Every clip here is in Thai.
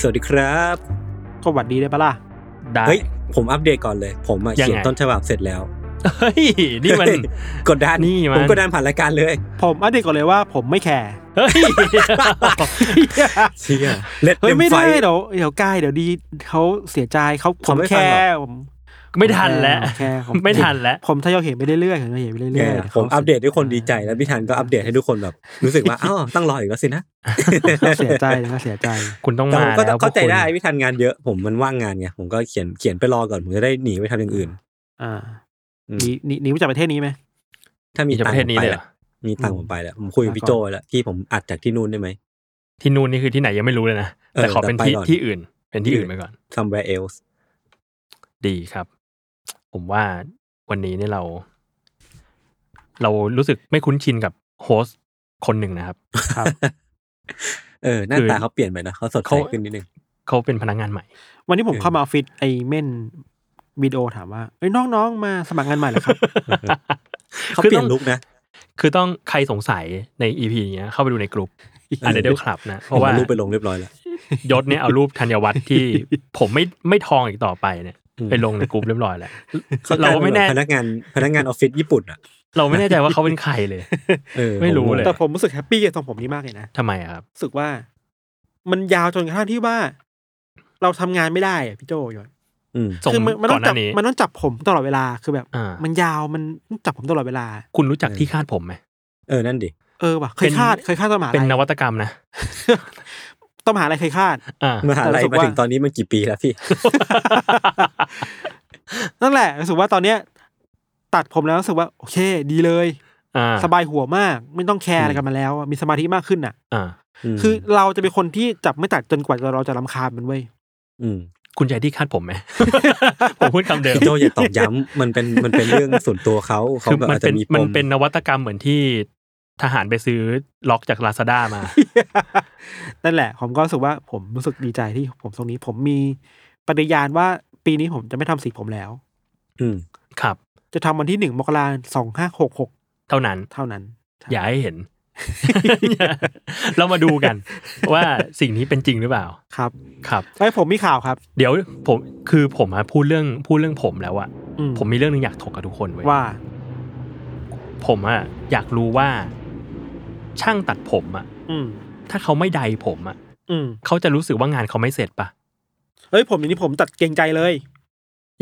สวัสดีครับ สวัสดีได้ปะล่ะ ได้ เฮ้ย ผมอัปเดตก่อนเลย ผมอะ ยังไง เขียนต้นฉบับเสร็จแล้ว เฮ้ย นี่มัน เฮ้ย กดดัน นี่มัน ผมกดดันผ่านรายการเลย ผมอัปเดตก่อนเลยว่าผมไม่แคร์ เฮ้ย เชี่ยเล็ด เฮ้ย เต็ม ไม่ ไฟ ได้เดี๋ยวเดี๋ยวกายเดี๋ยวดีเขาเสียใจเขาผ เขา ม ไม่ แค ฟังหรอ ร์ผม ไม่ทันแล้ว แค่ผม ไม่ทันแล้ว ผมทยอยเห็นไปเรื่อยๆเห็นไปเรื่อยๆ เนี่ย เดี๋ยว ผม ขาสีย อัปเดตด้วยคนดีใจแล้วพี่ธันก็อัปเดตให้ทุกคนแบบ รู้ สึกว่า อ้าวตั้งรออีกแล้วสินะ เขาเสียใจนะเขาเสียใจ คุณต้อง แต่ มา ผมก็ แล้ว เข้าใจ พวกคุณ ได้พี่ธันงานเยอะผมมันว่างงานไงผมก็เขียนเขียนไปรอก่อนผมจะได้หนีไปทำอย่างอื่น อ่า อืม หนีหนีหนีมาจากประเทศนี้ไหม ถ้ามี มี ตั ป ง ระ ค์ เท ผ ศ ม นี้ ไป เลยเหร ละ อ มีตังค์ผมไปละผมคุยกับพี่โจแล้วที่ผมอัดจากที่นู่นได้ไหม ที่นู่นนี่คือที่ไหนยังไม่รู้เลยนะ แต่ขอเป็นที่ เออแต่ไปก่อน ที่อื่น เป็นที่อื่นไปก่อน somewhere else ดีครับ ผมว่าวันนี้เนี่ยเรา เรารู้สึกไม่คุ้นชินกับโฮสต์คนหนึ่งนะครับ ครับ เออหน้า คือ ตาเขาเปลี่ยนไปนะเขาสดใสขึ้นนิดนึง เขาเป็นพนักงานใหม่ วันนี้ผม เออ เข้ามาออฟฟิศไอ้เม่นวิดีโอถามว่าเอ้ยน้องๆมาสมัครงานใหม่เหรอครับ เขา คือ เปลี่ ต้ ย อน ง ลุกนะ คือต้องใครสงสัยในอีพีเนี้ยเข้าไปดูในกลุ่มอันเดอร์คลับนะเพ เพราะ ราะ ว่า ว่า รูปไปลงเรียบร้อยแล้ว ยศเนี่ยเอารูปธัญวัฒน์ที่ ผมไม่ไม่ทองอีกต่อไปเนี่ย อืม ไปล งในกลุ่มเรียบร้อยแล้ว เขา เราไม่แน่ พนักงานพนักงานออฟฟิศญี่ปุ่นอ่ะ เราไม่แน่ใจว่าเขาเป็นใครเลย เออ ไม่รู้เลย แต่ผมรู้สึกแฮปปี้กับทรงผมนี้มากเลยนะ ทำไมอะครับ รู้สึกว่า มันยาวจนกระทั่งที่ว่า เราทำงานไม่ได้อะพี่โจยศ อืม ส่ง คืมัมัน ก่ ต้ อ อน ง ห จั น้า บ นี้ มันต้องจับผมตลอดเวลาคือแบบ อ่ามั มันยาวมันจับผมตลอดเวลา คุณรู้จักที่คาดผมไหม เออนั่นดิ เออว่ะเค เป็ ย น คาดเคยคาดตอนมหา เป็นน ลัย วัตกรรมนะ ตอนมหาลัยเคยคาด อ่าม หาลัย แต่รู้สึก มา ว่า ถึงตอนนี้มันกี่ปีแล้วพี่ นั่นแหละรู้สึกว่าตอนเนี้ย ตัดผมแล้วรู้สึกว่า โอเค ดีเลย อ่า สบายหัวมาก ไม่ต้องแคร์อะไรกันมาแล้วอะมีสมาธิมากขึ้นอ่ะ อ่า คื คือ อเราจะเป็นคนที่จับไม่ตัดจนกว่าเราจะรำคาญมัน เว้ย อืม คุณใจที่คาดผมไหม ผมพูดคำเดิม พี่โจอย่าตอบย้ำมันเป็นมันเป็นเรื่อง ส่วนตัวเขาเขา คือ แบบ มัน อาจ เป็ จะ น มีป มัน ม เป็นนวัตกรรมเหมือนที่ทหารไปซื้อล็อกจากลาซาด้ามา นั่นแหละ ผมก็รู้สึกว่าผมรู้สึกดีใจที่ผมทรงนี้ ผมมีปฏิญาณว่าปีนี้ผมจะไม่ทำสีผมแล้ว อืม ครับ จะทำวันที่หนึ่งมกราสองห้าหกหก เท่านั้น เท่านั้นใช่ อย่าให้เห็น เรามาดูกัน ว่าสิ่งนี้เป็นจริงหรือเปล่า ครับ ครับ ไอ้ยผมมีข่าวครับ เดี๋ยวผมคือผมอะพูดเรื่องพูดเรื่องผมแล้วอะ อืม ผมมีเรื่องหนึงอยากถกกับทุกคนไว้ย ว่า ผมอะอยากรู้ว่า ช่างตัดผมอะ อืม ถ้าเขาไม่ใดผมอะ อืม เขาจะรู้สึกว่างานเขาไม่เสร็จปะ เฮ้ยผมอย่างนี้ผมตัดเกรงใจเลย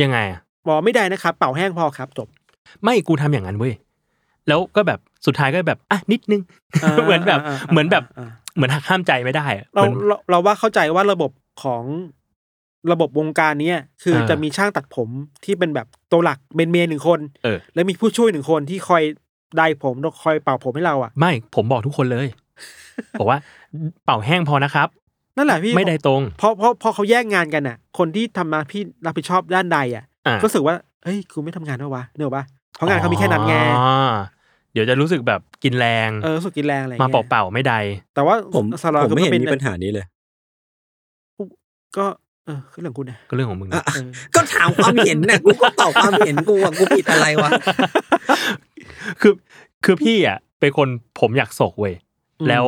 ยังไงอะ บอกไม่ได้นะครับ เป่าแห้งพอครับ จบ ไม่กูทำอย่างนั้นเว้ยแล้วก็แบบสุดท้ายก็แบบอ่ะนิดนึง อ่า เหมือนแบบ อ่าอ่า เหมือนแบบ อ่า เหมือนหักห้ามใจไม่ได้อะ เรา หมือน เราเราว่าเข้าใจว่าระบบของระบบวงการเนี้ยคือ เออ จะมีช่างตัดผมที่เป็นแบบตัวหลักเมนเมนหนึ่งคน เออ แล้วมีผู้ช่วยหนึ่งคนที่คอยได้ผมคอยเป่าผมให้เราอ่ะ ไม่ผมบอกทุกคนเลย บอกว่าเป่าแห้งพอนะครับ นั่นแหละพี่ ไม่ใดตรง เพราะเพราะเพราะเขาแยกงานกันอ่ะ คนที่ทำมาพี่รับผิดชอบด้านใดอ่ะ อ่ะ ก็รู้สึกว่าเฮ้ยกูไม่ทำงานแล้ววะเนกอะปะเพราะงานเขามีแค่นั้นไง อ๋อเดี๋ยวจะรู้สึกแบบกินแรง เออรู้สุกินแรงอะไร มา เงี้ย เปล่าๆไม่ใด แต่ว่า ผม สลา ผม คือ ไม่ มัน เห็น เป็น มีปัญหานี้เลย ก็เออคือเรื่องคุณนะ ก็เรื่องของมึงนะ อ่ะอ่ะ เออ ก็ถามความเห็นนะกูก็ตอบความเห็นกูอ่ะกูผิดอะไรวะ คือคือพี่อ่ะเป็นคนผมอยากโศกเว้ยแล้ว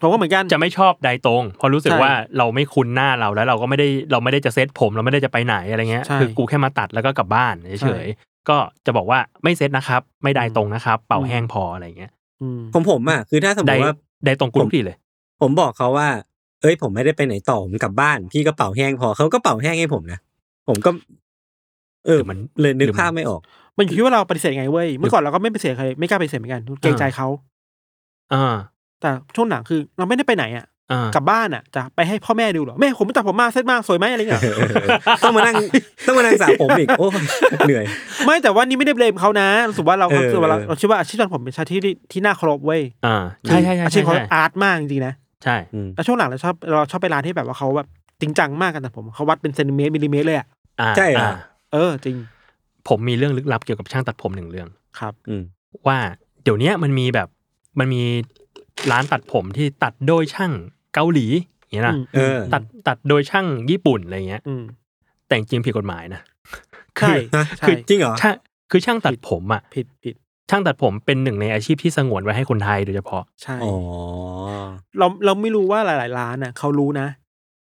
ผมก็เหมือนกัน จะไม่ชอบใดตรงเพราะรู้สึก ใช่ ว่าเราไม่คุ้นหน้าเราแล้วเราก็ไม่ได้เราไม่ได้จะเซตผมเราไม่ได้จะไปไหนอะไรเงี้ย ใช่ คือกูแค่มาตัดแล้วก็กลับบ้าน ใช่ เฉยๆก็จะบอกว่าไม่เซตนะครับ ไม่ใดตรงนะครับ เป่า อืม แห้งพออะไรเงี้ย อืม ของผมอ่ะคือถ้าสมม ใด ติว่า ใดตรงกู ผม ทุกทีเลย ผมบอกเขาว่า เอ้ยผมไม่ได้ไปไหนต่อผมกลับบ้าน พี่กระเป๋าแห้งพอเขาก็เป่าแห้งให้ผมนะผมก็ เออ หรือมัน เลยนึกภาพไม่ออก มันอยู่ที่ว่าเราปฏิเสธไงเว้ย เมื่อก่อนเราก็ไม่ปฏิเสธใครไม่กล้าปฏิเสธเหมือนกันเกรงใจเขา อ่า แต่ช่วงหนังคือเราไม่ได้ไปไหนอ่ะ อ่าก ลับบ้านอ่ะจะไปให้พ่อแม่ดูเหรอ แม่ผมตัดผมมาเซ็ตมากสวยไหมอะไรเงี้ย ต้องมานั่งต้องมานั่งสระผมอีกโอ้ยเหนื่อย ไม่แต่ว่านี่ไม่ได้เบลมเขานะรู้สึกว่าเรา เออ รู้สึกว่าเรา เออ เราคิดว่าอาชีพตอนผมเป็นอาชาที่ที่ที่น่าเคารพเว้ย อ่าใช่ใช่ใช่ อาชี ใช่ พเขา ใช่ อาร์ตมากจริงๆนะ ใช่ อืม แล้วช่วงหลังเราชอบเราชอบไปร้านที่แบบว่าเขาแบบจริงจังมากกันแต่ผมเขาวัดเป็นเซนติเมตรมิลลิเมตรเลยอ่ะ อ่า ใช่เหรออ่ อ่า เออจริง ผมมีเรื่องลึกลับเกี่ยวกับช่างตัดผมหนึ่งเรื่อง ครับ อืม ว่าเดี๋ยวเนี้ยมันมีแบบมันมีร้านตัดผมที่ตัดโดยช่างเกาหลีอย่างเงี้ยนะ ม เออ ตัดตัดโดยช่างญี่ปุ่นอะไรเงี้ย อืม แต่จริงๆผิดกฎหมายนะ ใช่ ฮะ ใช่ จริงเหรอ ช่างคือช่างตัดผมอ่ะ ผิดผิด ช่างตัดผมเป็นหนึ่งในอาชีพที่สงวนไว้ให้คนไทยโดยเฉพาะ ใช่ อ๋อ เราเราไม่รู้ว่าหลาย ๆ ร้านอ่ะเขารู้นะ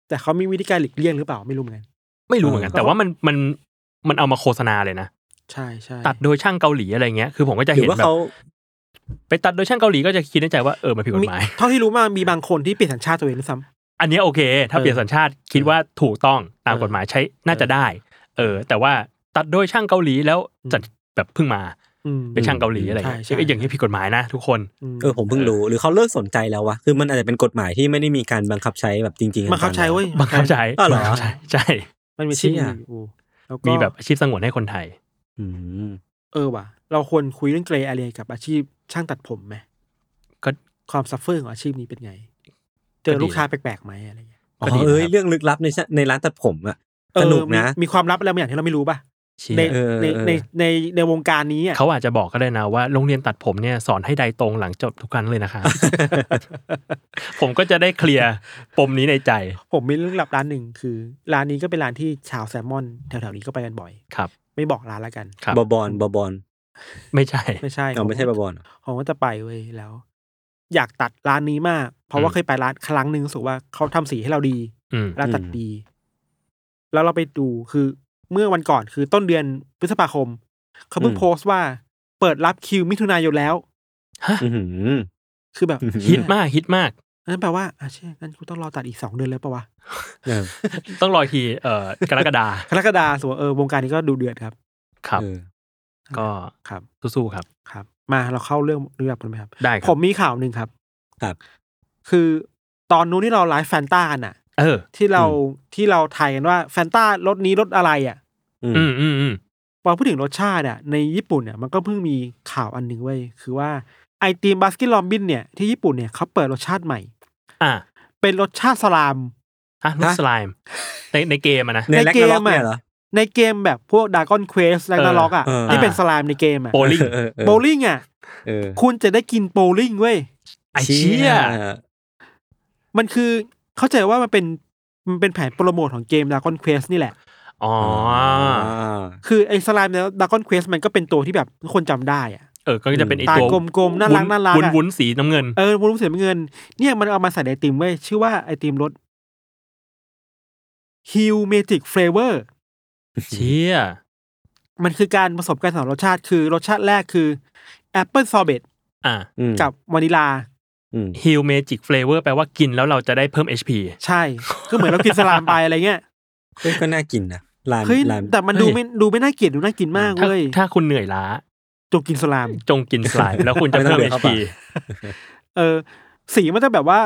แต่เขามีวิธีการหลีกเลี่ยงหรือเปล่าไม่รู้เหมือนกัน ไม่รู้เหมือนกัน เออ แต่ว่ามันมันมันเอามาโฆษณาเลยนะ ใช่ใช่ ตัดโดยช่างเกาหลีอะไรเงี้ย คือผมก็จะ หรื เห็น อว่า แบบ เขา ไปตัดโดยช่างเกาหลีก็จะคิดในใจว่าเออมันผิดกฎหมาย เท่าที่รู้มามีบางคนที่เปลี่ยนสัญชาติตัวเองด้วยซ้ อันเนี้ยโอเค ถ้า เออ เปลี่ยนสัญชาติคิดว่าถูกต้องตาม เออก ฎหมายใช้น่าจะได้ เออ แต่ว่าตัดโดยช่างเกาหลีแล้วจัดแบบเพิ่งมา ำอืม เป็นช่างเกาหลีอะไรเงี้ย ใช่ใช่ เอ้ยอย่างนี้ยผิดกฎหมายนะทุกคน ม เออผมเพิ่งรู้หรือเขาเลิกสนใจแล้ววะคือมันอาจจะเป็นกฎหมายที่ไม่ได้มีการบังคับใช้แบบจริงๆ บังคับใช้เว้ย บังคับใช้ อ้าวเหรอ ใช่ใช่ มันมีชื่อ เชี่ย อยู่แล้วก็ มีแบบอาชีพสงวนให้คนไทย อืม เออว่ะเราควรคุยเรื่องเกรย์แอเรียกับอาชีพช่างตัดผมไหม ก็ ความซัฟเฟอร์ของอาชีพนี้เป็นไง เจ ก็ อ ดี ลูกค้าแปลกๆไหมอะไรเงี้ย อ๋ ก็ดี อ นะ เอ้ย ครับ เรื่องลึกลับในชะในร้านตัดผมอะสนุกนะ เออมีมีความลับอะไรบางอย่างที่เราไม่รู้ป่ะ เชี่ย ใน เออ ใน เออ ในในในวงการนี้อ่ะ เขาอาจจะบอกก็ได้นะว่าโรงเรียนตัดผมเนี่ยสอนให้ใดตรงหลังจบทุ กครั้งเลยนะคะ ผมก็จะได้เคลียร์ปมนี้ในใจ ผมมีเรื่องลับร้านหนึ่งคือ ร้านนี้ก็เป็นร้านที่ชาวแซลมอนแถวๆนี้ก็ไปกันบ่อย ครับ ไม่บอกร้านละกัน ครับ บอบอนบอบอน ไม่ใช่ ไม่ใช่ เอาไม่ใช่บอบอนเหรอ ผมก็จะไปเว้ยแล้ว อยากตัดร้านนี้มาก เพราะว่า อืม เคยไปร้านครั้งหนึ่งรู้สึกว่าเขาทำสีให้เราดี อืม ร้านตัดดี แล้วเราไปดูคือเมื่อวันก่อนคือต้นเดือนพฤษภาคม เขาเพิ่งโพสต์ว่าเปิดรับคิวมิถุนายนแล้ว ฮะ อื้อหือ คือแบบ อืม ฮิตมากฮิตมาก นั่นแปลว่าอ่ะเช่ยงั้นกูต้องรอตัดอีกสองเดือนเลยปะวะ เออ ต้องรออีกทีเอ่อกรกฎาคม กรกฎาส่วนเออวงการนี้ก็ดูเดือดครับ ครับ เออ ก็ ครับ สู้ๆครับ ครับ มาเราเข้าเรื่องเรื่องกันไหมครับ ได้ค ผ รับ มมีข่าวหนึ่งครับ ครับ คือตอนนู้นที่เราไลฟ์แฟนตากันอ่ะ เออ ที่เราที่เราทายกันว่าแฟนตารถนี้รถอะไรอ่ะ อืม อืมอืมอืม พอพูดถึงรสชาติอ่ะในญี่ปุ่นเนี่ยมันก็เพิ่งมีข่าวอันหนึ่งเว้ยคือว่าไอติมบาสกิลลอมบินเนี่ยที่ญี่ปุ่นเนี่ยเขาเปิดรสชาติใหม่ อ่ะ เป็นรสชาติสลาม อ่ะนุส ฮะ ไลม์ในในเกมอะนะ ใน ใน แล็ก เก นาล็อ ม ก อะ เนี่ยเหรอ ในเกมแบบพวกดากอนเควสแลนนาล็อกอ่ะ เออ ที่เป็นสลามในเกมอ่ะ โบลิ่ง เออเออ โบลิ่งอ่ะ เออ คุณจะได้กินโบลิ่งเว้ย ไอเชี่ย มันคือเข้าใจว่ามันเป็นมันเป็นแผนโปรโมทของเกมดากอนเควสนี่แหละ อ๋อ อ๋อ อ คือไอสลามในดากอนเควสมันก็เป็นตัวที่แบบคนจำได้อ่ะ เออ ก็จะเป็นไอ ตา ตัว กลมๆน่ารักน่ารัก วุ้น อะ วุ้นๆสีน้ำเงิน เออวงรูปเสียเงิน เนี่ยมันเอามาใส่ในไอติมเว้ยชื่อว่าไอติมรสฮิวเมจิกเฟลเวอร์ เชี่ย มันคือการผสมกันสองรสชาติคือรสชาติแรกคือแอปเปิลซอเบต อ่ะ อืม กับวานิลา อืม ฮิลเมจิกเฟลเวอร์แปลว่ากินแล้วเราจะได้เพิ่ม HP ใช่ ก็เหมือนเรากินสลามไปอะไรเงี้ ย เฮ้ยก็น่ากินนะร้าน เฮ้ย ร้าน แต่มันดูไม่ดูไม่น่าเกลียดดูน่ากินมาก ถ้า เว้ย ถ้าคุณเหนื่อยล้า จงกินสลาม จงกินสไลม์แล้วคุณจะเพิ่ม HP เออ สีมันจะแบบว่า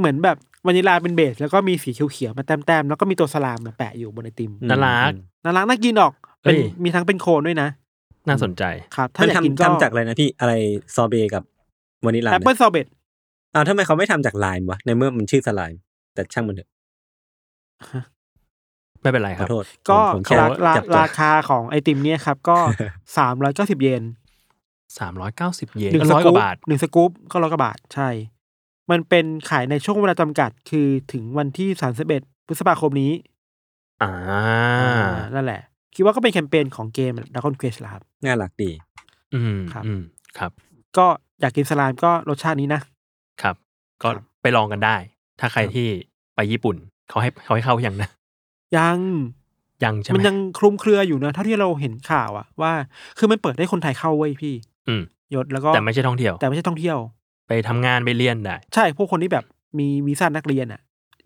เหมือนแบบวานิลาเป็นเบส แล้วก็มีสีเขียวๆมาแต้มๆแล้วก็มีตัวสลามมาแปะอยู่บนไอติม อืม น่ารัก น่ารักน่ากินออกเป็น เฮ้ย มีทั้งเป็นโคนด้วยนะ น่าสนใจ ครับ ถ้า มัน อยากกิน ทำ ก็ ทำจากอะไรนะพี่อะไรซอเบต์กับวานิลลา แอปเปิล นะ ซอเบต อ้าวทำไมเขาไม่ทำจากไลม์วะในเมื่อมันชื่อสไลม์แต่ช่างมันเถอะ ไม่เป็นไร ข ค อ รับ โทษ ก็ ผมแค่ รารา จับตัว ราคาของไอติมเนี่ยครับ ก็ สามร้อยเก้าสิบเยน 390 เยน หนึ่ง ก็ ส ร้อยก กู๊ป ว่าบาท หนึ่งสกู๊ปก็ร้อยกว่าบาทใช่ มันเป็นขายในช่วงเวลาจำกัดคือถึงวันที่สามสิบเอ็ดพฤษภาคมนี้ อ่า นั่นแหละ คิดว่าก็เป็นแคมเปญของเกมด a ก o นเควสละครับ น่ารักดี อืม ครับ อืมครับ ก็อยากกินสลามก็รสชาตินี้นะ ครับ ก็ ครับ ไปลองกันได้ ถ้าใครที่ไปญี่ปุ่น เขาให้เขาให้เข้าอย่างนะ ยัง ยังใช่ไหม มันยังคลุมเครืออยู่นะเท่าที่เราเห็นข่าวอะว่าคือมันเปิดให้คนไทยเข้าเว้ยพี่ อืม ยศแล้วก็ แต่ไม่ใช่ท่องเที่ยว แต่ไม่ใช่ท่องเที่ยว ไปทำงานไปเรียนได้ ใช่พวกคนที่แบบมีวีซ่านักเรียนอะ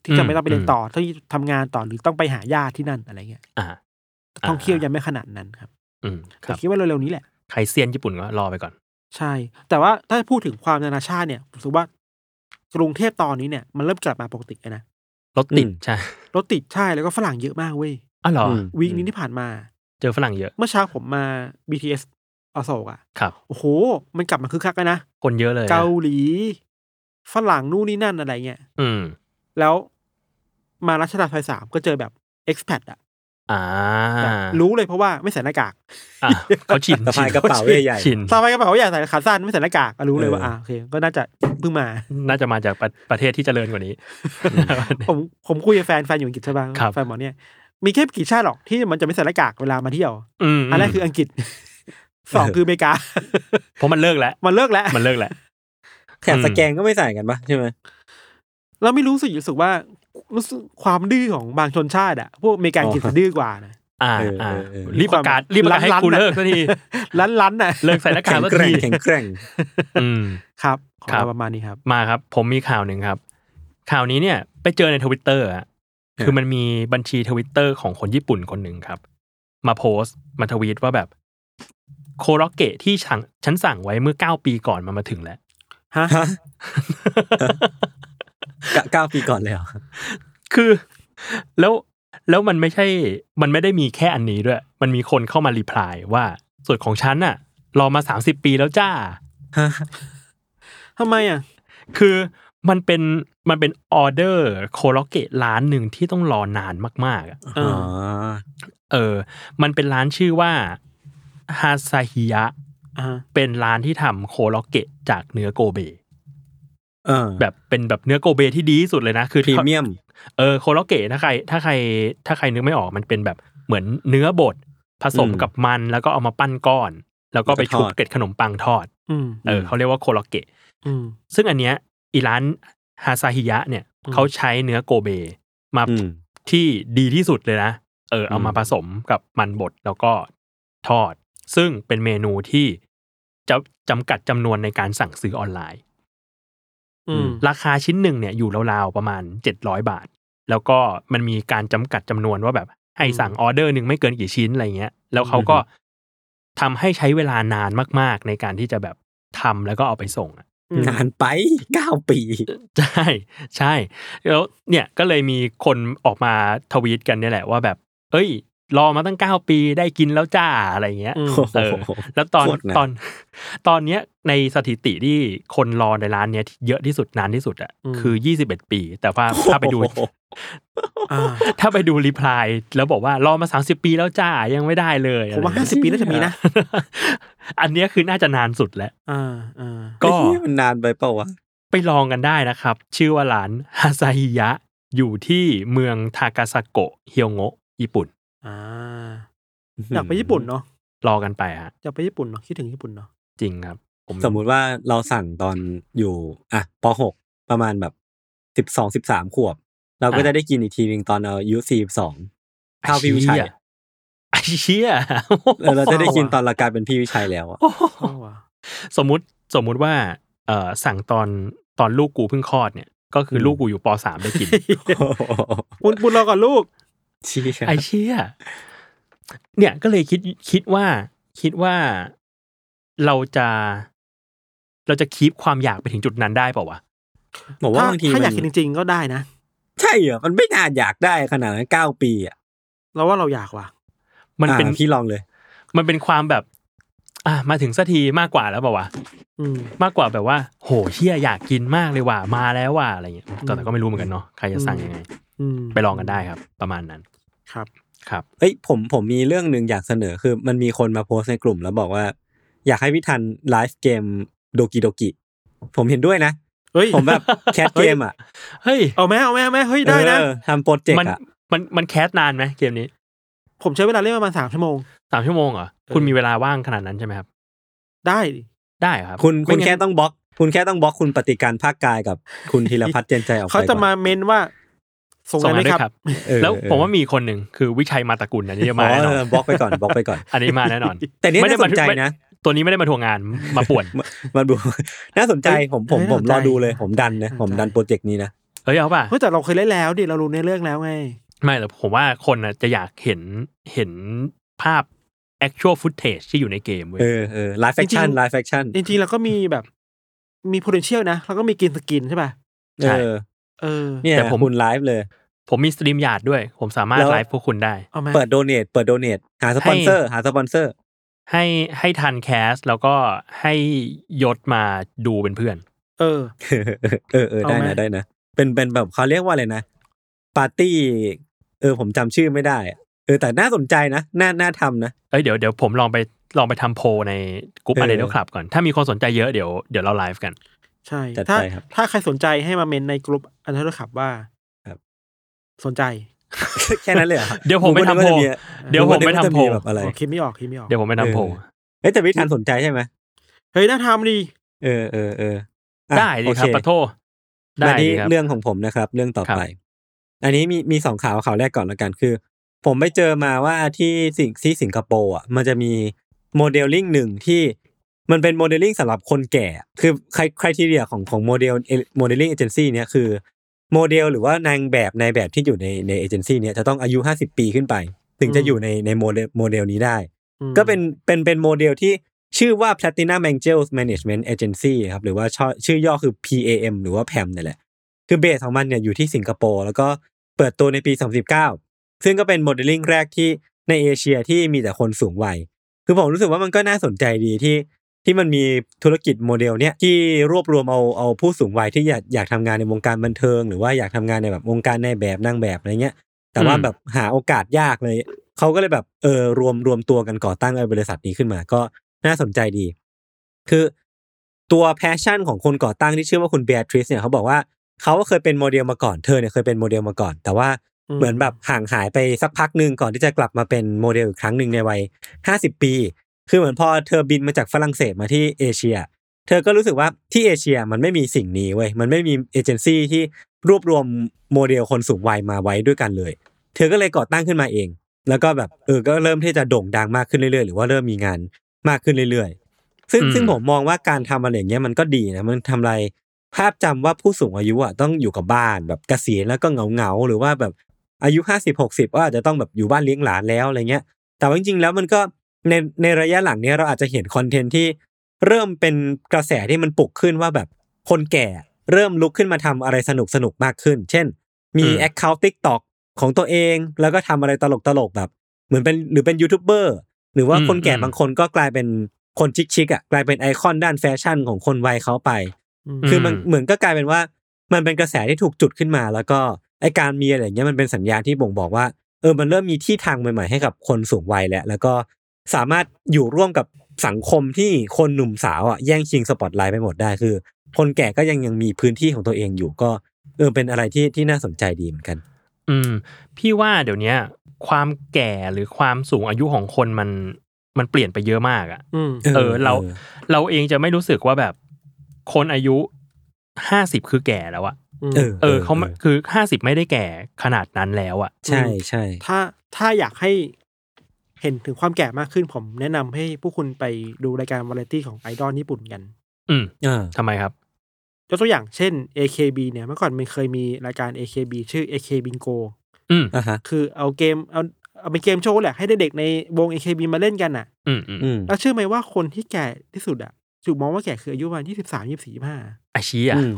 ที่จะไม่ต้องไปเรียน อืม ต่อที่ทำงานต่อหรือต้องไปหาญาติที่นั่นอะไรเงี้ย อ่า ท่องเที่ยวยังไม่ขนาดนั้นครับ อืมค แต่ รับ คิดว่าเร็วๆนี้แหละ ใครเซียนญี่ปุ่นก็รอไปก่อน ใช่ แต่ว่าถ้าพูดถึงความนานาชาติเนี่ยผมรู้สึกว่ากรุงเทพตอนนี้เนี่ยมันเริ่มกลับมาปกติแล้วนะ รถติด อืม ใช่ รถติดใช่แล้วก็ฝรั่งเยอะมากเว้ย อ๋อเหรอ อืม วีคนี้ที่ผ่านมา เจอฝรั่งเยอะ เมื่อเช้าผมมา BTS อโศกอะ ครับ โอ้โห มันกลับมาคึกคักแล้วนะ คนเยอะเลยนะ เกาหลี ฝรั่งนู่นนี่นั่นอะไรเงี้ย อืม แล้วมารัชดาซอยสามก็เจอแบบ expat อะ อ่า แบบรู้เลยเพราะว่าไม่ใส่หน้ากาก อ่ะเขาชิน สะพายกระเป๋า ชิน ใหญ่ๆ ชิน สบายกระเป๋าอยากใส่ขาสั้นไม่ใส่หน้ากากอะรู้เลยว่า เอออ่ อ่ะโอเค ก็น่าจะเพิ่งมา น่าจะมาจากประประเทศที่เจริญกว่านี้ ผมผมคุยกับแฟนแฟนอยู่อังกฤษใช่ปะ ครับ แฟนบอกเนี่ยมีแค่ไม่กี่ชาติหรอกที่มันจะไม่ใส่หน้ากากเวลามาเที่ยว อืม อันแรกคืออังกฤษ สองคืออเมริกา เพราะมันเลิกแล้ว มันเลิกแล้ว มันเลิกแล้ว แถบสแกนก็ไม่ใส่กันปะใช่ไหม เราไม่รู้สึกรู้สึกว่ารู้สึกความดื้อของบางชนชาติอะพวกอเมริกันอังกฤษจะดื้อกว่านะ อ่า เออเอ อ่า อเออ รีบประกาศรีบประกาศให้ ร้านๆ กูเลิก น่ะ สักที ลั้นลั้นๆน่ะ เลิกใส่หน้ากา แข็ ก ง สัก แกร่ ที งแข็งแกร่ง อืม ครับขอ ครับ งประมาณนี้ครับ มาครับ ผมมีข่าวหนึ่งครับ ข่าวนี้เนี่ย ไปเจอในทวิตเตอร์อะคือมันมีบัญชีทวิตเตอร์ของคนญี่ปุ่นคนหนึ่งครับ มาโพสต์มาทวีตว่าแบบ โคโรเกะที่ฉันฉันสั่งไว้เมื่อเก้าปีก่อนมันมาถึงแล้ว ฮะ ฮะ เก้าเก้าปีก่อนเลยเหรอ คือ แล้วแล้วมันไม่ใช่ มันไม่ได้มีแค่อันนี้ด้วย มันมีคนเข้ามารีプライว่าส่วนของฉันน่ะ รอมาสามสิบปีแล้วจ้า ฮะ ทำไมอ่ะ คือมันเป็นมันเป็นออเดอร์โคโรเกะร้านหนึ่งที่ต้องรอนานมากๆอะ อ๋อ เออ มันเป็นร้านชื่อว่าฮาซาฮิยะ อ่าฮะ เป็นร้านที่ทำโคโรเกะจากเนื้อโกเบ เออ แบบเป็นแบบเนื้อโกเบที่ดีที่สุดเลยนะ คือ พรีเมียม เออโคโลเกะถ้าใครถ้าใครถ้าใครนึกไม่ออกมันเป็นแบบเหมือนเนื้อบดผสม อืม กับมันแล้วก็เอามาปั้นก้อน แล้วก็ไปชุบ แล้วก็ทอด เกล็ดขนมปังทอด อืม เอออ ม เขาเรียกว่าโคโลเกะ อืม ซึ่งอันเนี้ยอีร้านฮาซาฮิยะเนี่ย อืม เขาใช้เนื้อโกเบมา อืม ที่ดีที่สุดเลยนะเออเอามา อืม ผสมกับมันบดแล้วก็ทอด ซึ่งเป็นเมนูที่จะจำกัดจำนวนในการสั่งซื้อออนไลน์ อืม ราคาชิ้นหนึ่งเนี่ยอยู่ราวๆประมาณ 700 บาท แล้วก็มันมีการจำกัดจำนวนว่าแบบให้สั่งออเดอร์หนึ่งไม่เกินกี่ชิ้นอะไรเงี้ย แล้วเขาก็ทำให้ใช้เวลานานมากๆ ในการที่จะแบบทำแล้วก็เอาไปส่งอะ อืม นานไปเก้าปี ใช่ใช่แล้วเนี่ยก็เลยมีคนออกมาทวีตกันเนี่ยแหละว่าแบบ เอ้ย รอมาตั้ง 9 ปีได้กินแล้วจ้าอะไรเงี้ย อืม เออแล้วตอน โคตรนะ ตอนตอนเนี้ยในสถิติที่คนรอในร้านเนี้ยที่เยอะที่สุดนานที่สุดอ่ะคือยี่สิบเอ็ดปี แต่ว่าถ้าไปดู โอ้โห อ่า ถ้าไปดูรีプライแล้วบอกว่ารอมาสามสิบปีแล้วจ้ายังไม่ได้เลย ผมว่า อะไร ห้า เงี้ย สิบปีน่าจะมีนะ อันเนี้ยคือน่าจะนานสุดแล้ว อ่าอ่า ก็ ไอ้เหี้ยมันนานไปเปล่าวะ ไปลองกันได้นะครับ ชื่อว่าร้านฮาซาฮิยะ อยู่ที่เมืองทากาซาโกะเฮียวโงะญี่ปุ่น อ่าอยากไปญี่ปุ่นเนาะ รอกันไปฮะ อยากไปญี่ปุ่นเนาะคิดถึงญี่ปุ่นเนาะ จริงครับ ผม สมมุติว่าเราสั่งตอนอยู่อ่ะปหกประมาณแบบสิบสองสิบสามขวบ เราก็จะได้กินอีกทีหนึ่งตอนอายุสี่สองเท่าพี่วิชัยอะ ไอเชี่ย เออเราจะได้กินตอนเรากลายเป็นพี่วิชัย แล้วอะ โอ้โห โอ้ว่ะ สมมุติสมมุติว่าเอ่อสั่งตอนตอนลูกกูเพิ่งคลอดเนี่ย ก็คือลูกกูอยู่ปสามได้กิน ปุ่นปุ่นรอก่อนลูก เชี่ย ไอเชี่ยเนี่ยก็เลยคิดคิดว่าคิดว่าเราจะ เราจะคีปความอยากไปถึงจุดนั้นได้เปล่าวะ บอกว่า ถ้า บางที ถ้าอยาก มัน กินจริงๆก็ได้นะ ใช่เหรอมันไม่นานอยากได้ขนาดนั้นเก้าปีอ่ะ เราว่าเราอยากว่ะ มันเป็น อ่ะพี่ลองเลย มันเป็นความแบบ อ่ะมาถึงสักทีมากกว่าแล้วเปล่าวะ อืม มากกว่าแบบว่า โหเฮียอยากกินมากเลยว่ะมาแล้วว่ะอะไรเงี้ยแต่แต่ก็ไม่รู้เหมือนกันเนาะใครจะสั่งยังไง อืม ไปลองกันได้ครับ ประมาณนั้น ครับ ครับ เอ้ยผมผมมีเรื่องหนึ่งอยากเสนอคือ มันมีคนมาโพสต์ในกลุ่มแล้วบอกว่า อยากให้พี่ทันไลฟ์เกมโดกิโดกิ ผมเห็นด้วยนะ เฮ้ย ผม แบบ แคสเกมอ่ะ เฮ้ย เอาแม่เอาแม่เอาแม่เฮ้ยได้นะ เออทำโปรเจก มัน ต์อ่ะ มันมันแคสนานไหมเกมนี้ ผมใช้เวลาเล่นประมาณสามชั่วโมง สามชั่วโมงเหรอคุณมีเวลาว่างขนาดนั้นใช่ไหมครับ ได้ ได้ครับ คุณคุณ ไม่งั้น แค่ต้องบล็อก คุณแค่ต้องบล็อกคุณปฏิการภาคกายกับคุณธีรพัฒน์เจนใจออกไป เขาจะมาเมนว่า ส่งงานไหม ส่งงานด้วย ค ครั รับ บ เออ แล้ว เออ ผมว่ามีคนหนึ่งคือวิชัยมาตระกุลอันนี้จะมาแน่นอ เอน อบล็อกไปก่อนบล็อกไปก่อน อันนี้มาแน่นอน แต่เนี่ย ไม่ได้ น่าสนใจ มาถึง นะ ตัวนี้ไม่ได้มาทวงงานมาป่วน มาดู น่าสนใจผมผม เออ ผม น่าสนใจ รอดูเลยผมดันนะ น่าสนใจ ผมดันโปรเจกต์นี้นะ เอ้ยเอาป่ะ เฮ้ยแต่เราเคยเล่นแล้วดิเรารู้ในอเรื่องแล้วไง ไม่แต่ผมว่าคนน่ะจะอยากเห็นเห็นภาพ actual footage ที่อยู่ในเกมเว้ย เออเออไลฟ์แฟคชั่น จริงๆ ไลฟ์แฟคชั่น จริงๆเราก็มีแบบมี potential นะเราก็มีกินสกินใช่ป่ะ เออ เออ เนี่ยผมคุณไลฟ์เลย ผมมีสตรีมยาดด้วย ผมสามารถ แล้ว ไลฟ์พวกคุณได้ เอาไหม เปิดโดเนทเปิดโดเนทหาสปอนเซอร์ หาสปอนเซอร์ ให้ให้ทันแคสแล้วก็ให้ยศมาดูเป็นเพื่อน เออ เออเออได้ เอาไหม นะได้นะ เป็นเป็นแบบเขาเรียกว่าอะไรนะ ปาร์ตี้ เออผมจำชื่อไม่ได้อะเออแต่น่าสนใจนะ น่าน่าทำนะ เอ้ยเดี๋ยวเดี๋ยวผมลองไปลองไปทำโพลในกลุ่ม เออ อันเดอร์คลับก่อน ถ้ามีคนสนใจเยอะเดี๋ยวเดี๋ยวเราไลฟ์กัน ใช่ จัดไป ถ้า ครับ ถ้าใครสนใจให้มาเมนในกลุ่มอันเทอร์ขับว่า ครับ สนใจ แค่นั้นเลยหรอ เดี๋ยวผมไปทำโพล นึกาจะ เดี๋ยวผมไป นึกา ทำ จะ โพล แบบอะไร อ๋อคิดไม่ออกคิดไม่ออก เดี๋ยวผมไปทำโพล เออ เอ้ยแต่วิธันสนใจใช่ไหม เฮ้ยน่าทำดี เออเออเอออ่ะ ได้ดี โอเครับปะโทได้ มา ดี ที่ ครับ เรื่องของผมนะครับ เรื่องต่อไป อันนี้มีมีสองข่าวข่าวแรกก่อนละกันคือ ผมไปเจอมาว่าที่สิงที่สิงคโปร์อ่ะมันจะมีโมเดลลิ่งหนึ่งที่มันเป็นโมเดลลิ่งสำหรับคนแก่ คือใครใครที่เรียของของโมเดลโมเดลลิ่งเอเจนซี่เนี้ยคือโมเดลหรือว่านางแบบนายแบบที่อยู่ในในเอเจนซี่เนี้ยจะต้องอายุห้าสิบปีขึ้นไป ถึงจะอยู่ในในโมเดลโมเดลนี้ได้ อืม ก็เป็นเป็นเป็นโมเดลที่ชื่อว่า Platinum Angels Management Agency ครับหรือว่าช่อชื่อย่อคือ PAM หรือว่า PAM นี่นแหละ คือเบสของมันเนี่ยอยู่ที่สิงคโปร์แล้วก็เปิดตัวในปี 2019 ซึ่งก็เป็นโมเดลลิ่งแรกที่ในเอเชียที่มีแต่คนสูงวัย คือผมรู้สึกว่ามันก็น่าสนใจดีที่ที่มันมีธุรกิจโมเดลเนี่ยที่รวบรวมเอาเอาผู้สูงวัยที่อยากอยากทำงานในวงการบันเทิง หรือว่าอยากทำงานในแบบวงการในายแบบนางแบบอะไรเงี้ย แต่ว่า อืม แบบหาโอกาสยากเลย เขาก็เลยแบบเออรวมรวมตัวกันก่อตั้งไอ้บริษัทนี้ขึ้นมา ก็น่าสนใจดี คือตัวแพชชั่นของคนก่อตั้งที่ชื่อว่าคุณเบียทริสเนี่ยเขาบอกว่าเขาก็เคยเป็นโมเดลมาก่อนเธอเนี่ยเคยเป็นโมเดลมาก่อน แต่ว่าเหมือนแบบห่างหายไปสักพักหนึ่งก่อนที่จะกลับมาเป็นโมเดลอีกครั้งหนึ่งในวัยห้าสิบปี คือเหมือนพอเธอบินมาจากฝรั่งเศสมาที่เอเชีย เธอก็รู้สึกว่าที่เอเชียมันไม่มีสิ่งนี้เว้ยมันไม่มีเอเจนซี่ที่รวบรวมโมเดลคนสูงวัยมาไว้ด้วยกันเลย เธอก็เลยก่อตั้งขึ้นมาเอง แล้วก็แบบเออ ก็เริ่มที่จะโด่งดังมากขึ้นเรื่อยๆ หรือว่าเริ่มมีงานมากขึ้นเรื่อยๆ ซึ่ง อืม ซึ่งผมมองว่าการทำอะไรอย่างเงี้ยมันก็ดีนะ มันทำอะไรภาพจำว่าผู้สูงอายุอ่ะต้องอยู่กับบ้านแบบเกษียณแล้วก็เหงาๆ หรือว่าแบบอายุห้าสิบหกสิบก็อาจจะต้องแบบอยู่บ้านเลี้ยงหลานแล้วอะไรเงี้ย แต่ว่าจริงๆ แล้วมันก็ในในระยะหลังเนี้ยเราอาจจะเห็นคอนเทนต์ที่เริ่มเป็นกระแสที่มันปลุกขึ้นว่าแบบคนแก่เริ่มลุกขึ้นมาทำอะไรสนุกสนุกๆมากขึ้น เช่น มี อืม Account TikTok ของตัวเองแล้วก็ทำอะไรตลกๆ แบบ เหมือนเป็นหรือเป็นยูทูบเบอร์หรือว่า อืม คนแก่ อืม บางคนก็กลายเป็นคนชิคๆอ่ะกลายเป็นไอคอนด้านแฟชั่นของคนวัยเขาไป อืม คือมัน อืม เหมือนก็กลายเป็นว่ามันเป็นกระแสที่ถูกจุดขึ้นมา แล้วก็ไอการมีอะไรอย่างเงี้ยมันเป็นสัญญาณที่บ่งบอกว่าเออมันเริ่มมีที่ทางใหม่ๆให้กับคนสูงวัยแล้วแล้วก็สามารถอยู่ร่วมกับสังคมที่คนหนุ่มสาวอ่ะแย่งชิงสปอตไลท์ไปหมดได้คือ คนแก่ก็ยังยังมีพื้นที่ของตัวเองอยู่ก็เออเป็นอะไรที่ที่น่าสนใจดีเหมือนกัน อืม พี่ว่าเดี๋ยวเนี้ย ความแก่หรือความสูงอายุของคนมันมันเปลี่ยนไปเยอะมากอะ อืม เออเรา เราเองจะไม่รู้สึกว่าแบบคนอายุห้าสิบคือแก่แล้วอะ อืม เออ เออเขาไม่คือห้าสิบไม่ได้แก่ขนาดนั้นแล้วอะ ใช่ใช่ ถ้าถ้าอยากให้เห็นถึงความแก่มากขึ้นผมแนะนำให้ผู้คุณไปดูรายการวาไรตี้ของไอดอลญี่ปุ่นกัน อืม อ่า ทำไมครับ ยกตัวอย่างเช่น AKB เนี่ยเมื่อก่อนมันเคยมีรายการ AKB ชื่อ AK Bingo อืม อ่าฮะ คือเอาเกมเอาเอาเป็นเกมโชว์แหละให้เด็กๆในวง AKB มาเล่นกันอ่ะ อืมอืม อืม แล้วเชื่อไหมว่าคนที่แก่ที่สุดอ่ะถูกมองว่าแก่คืออายุประมาณยี่สิบสามยี่สิบสี่ห้า อาชีอะ อืม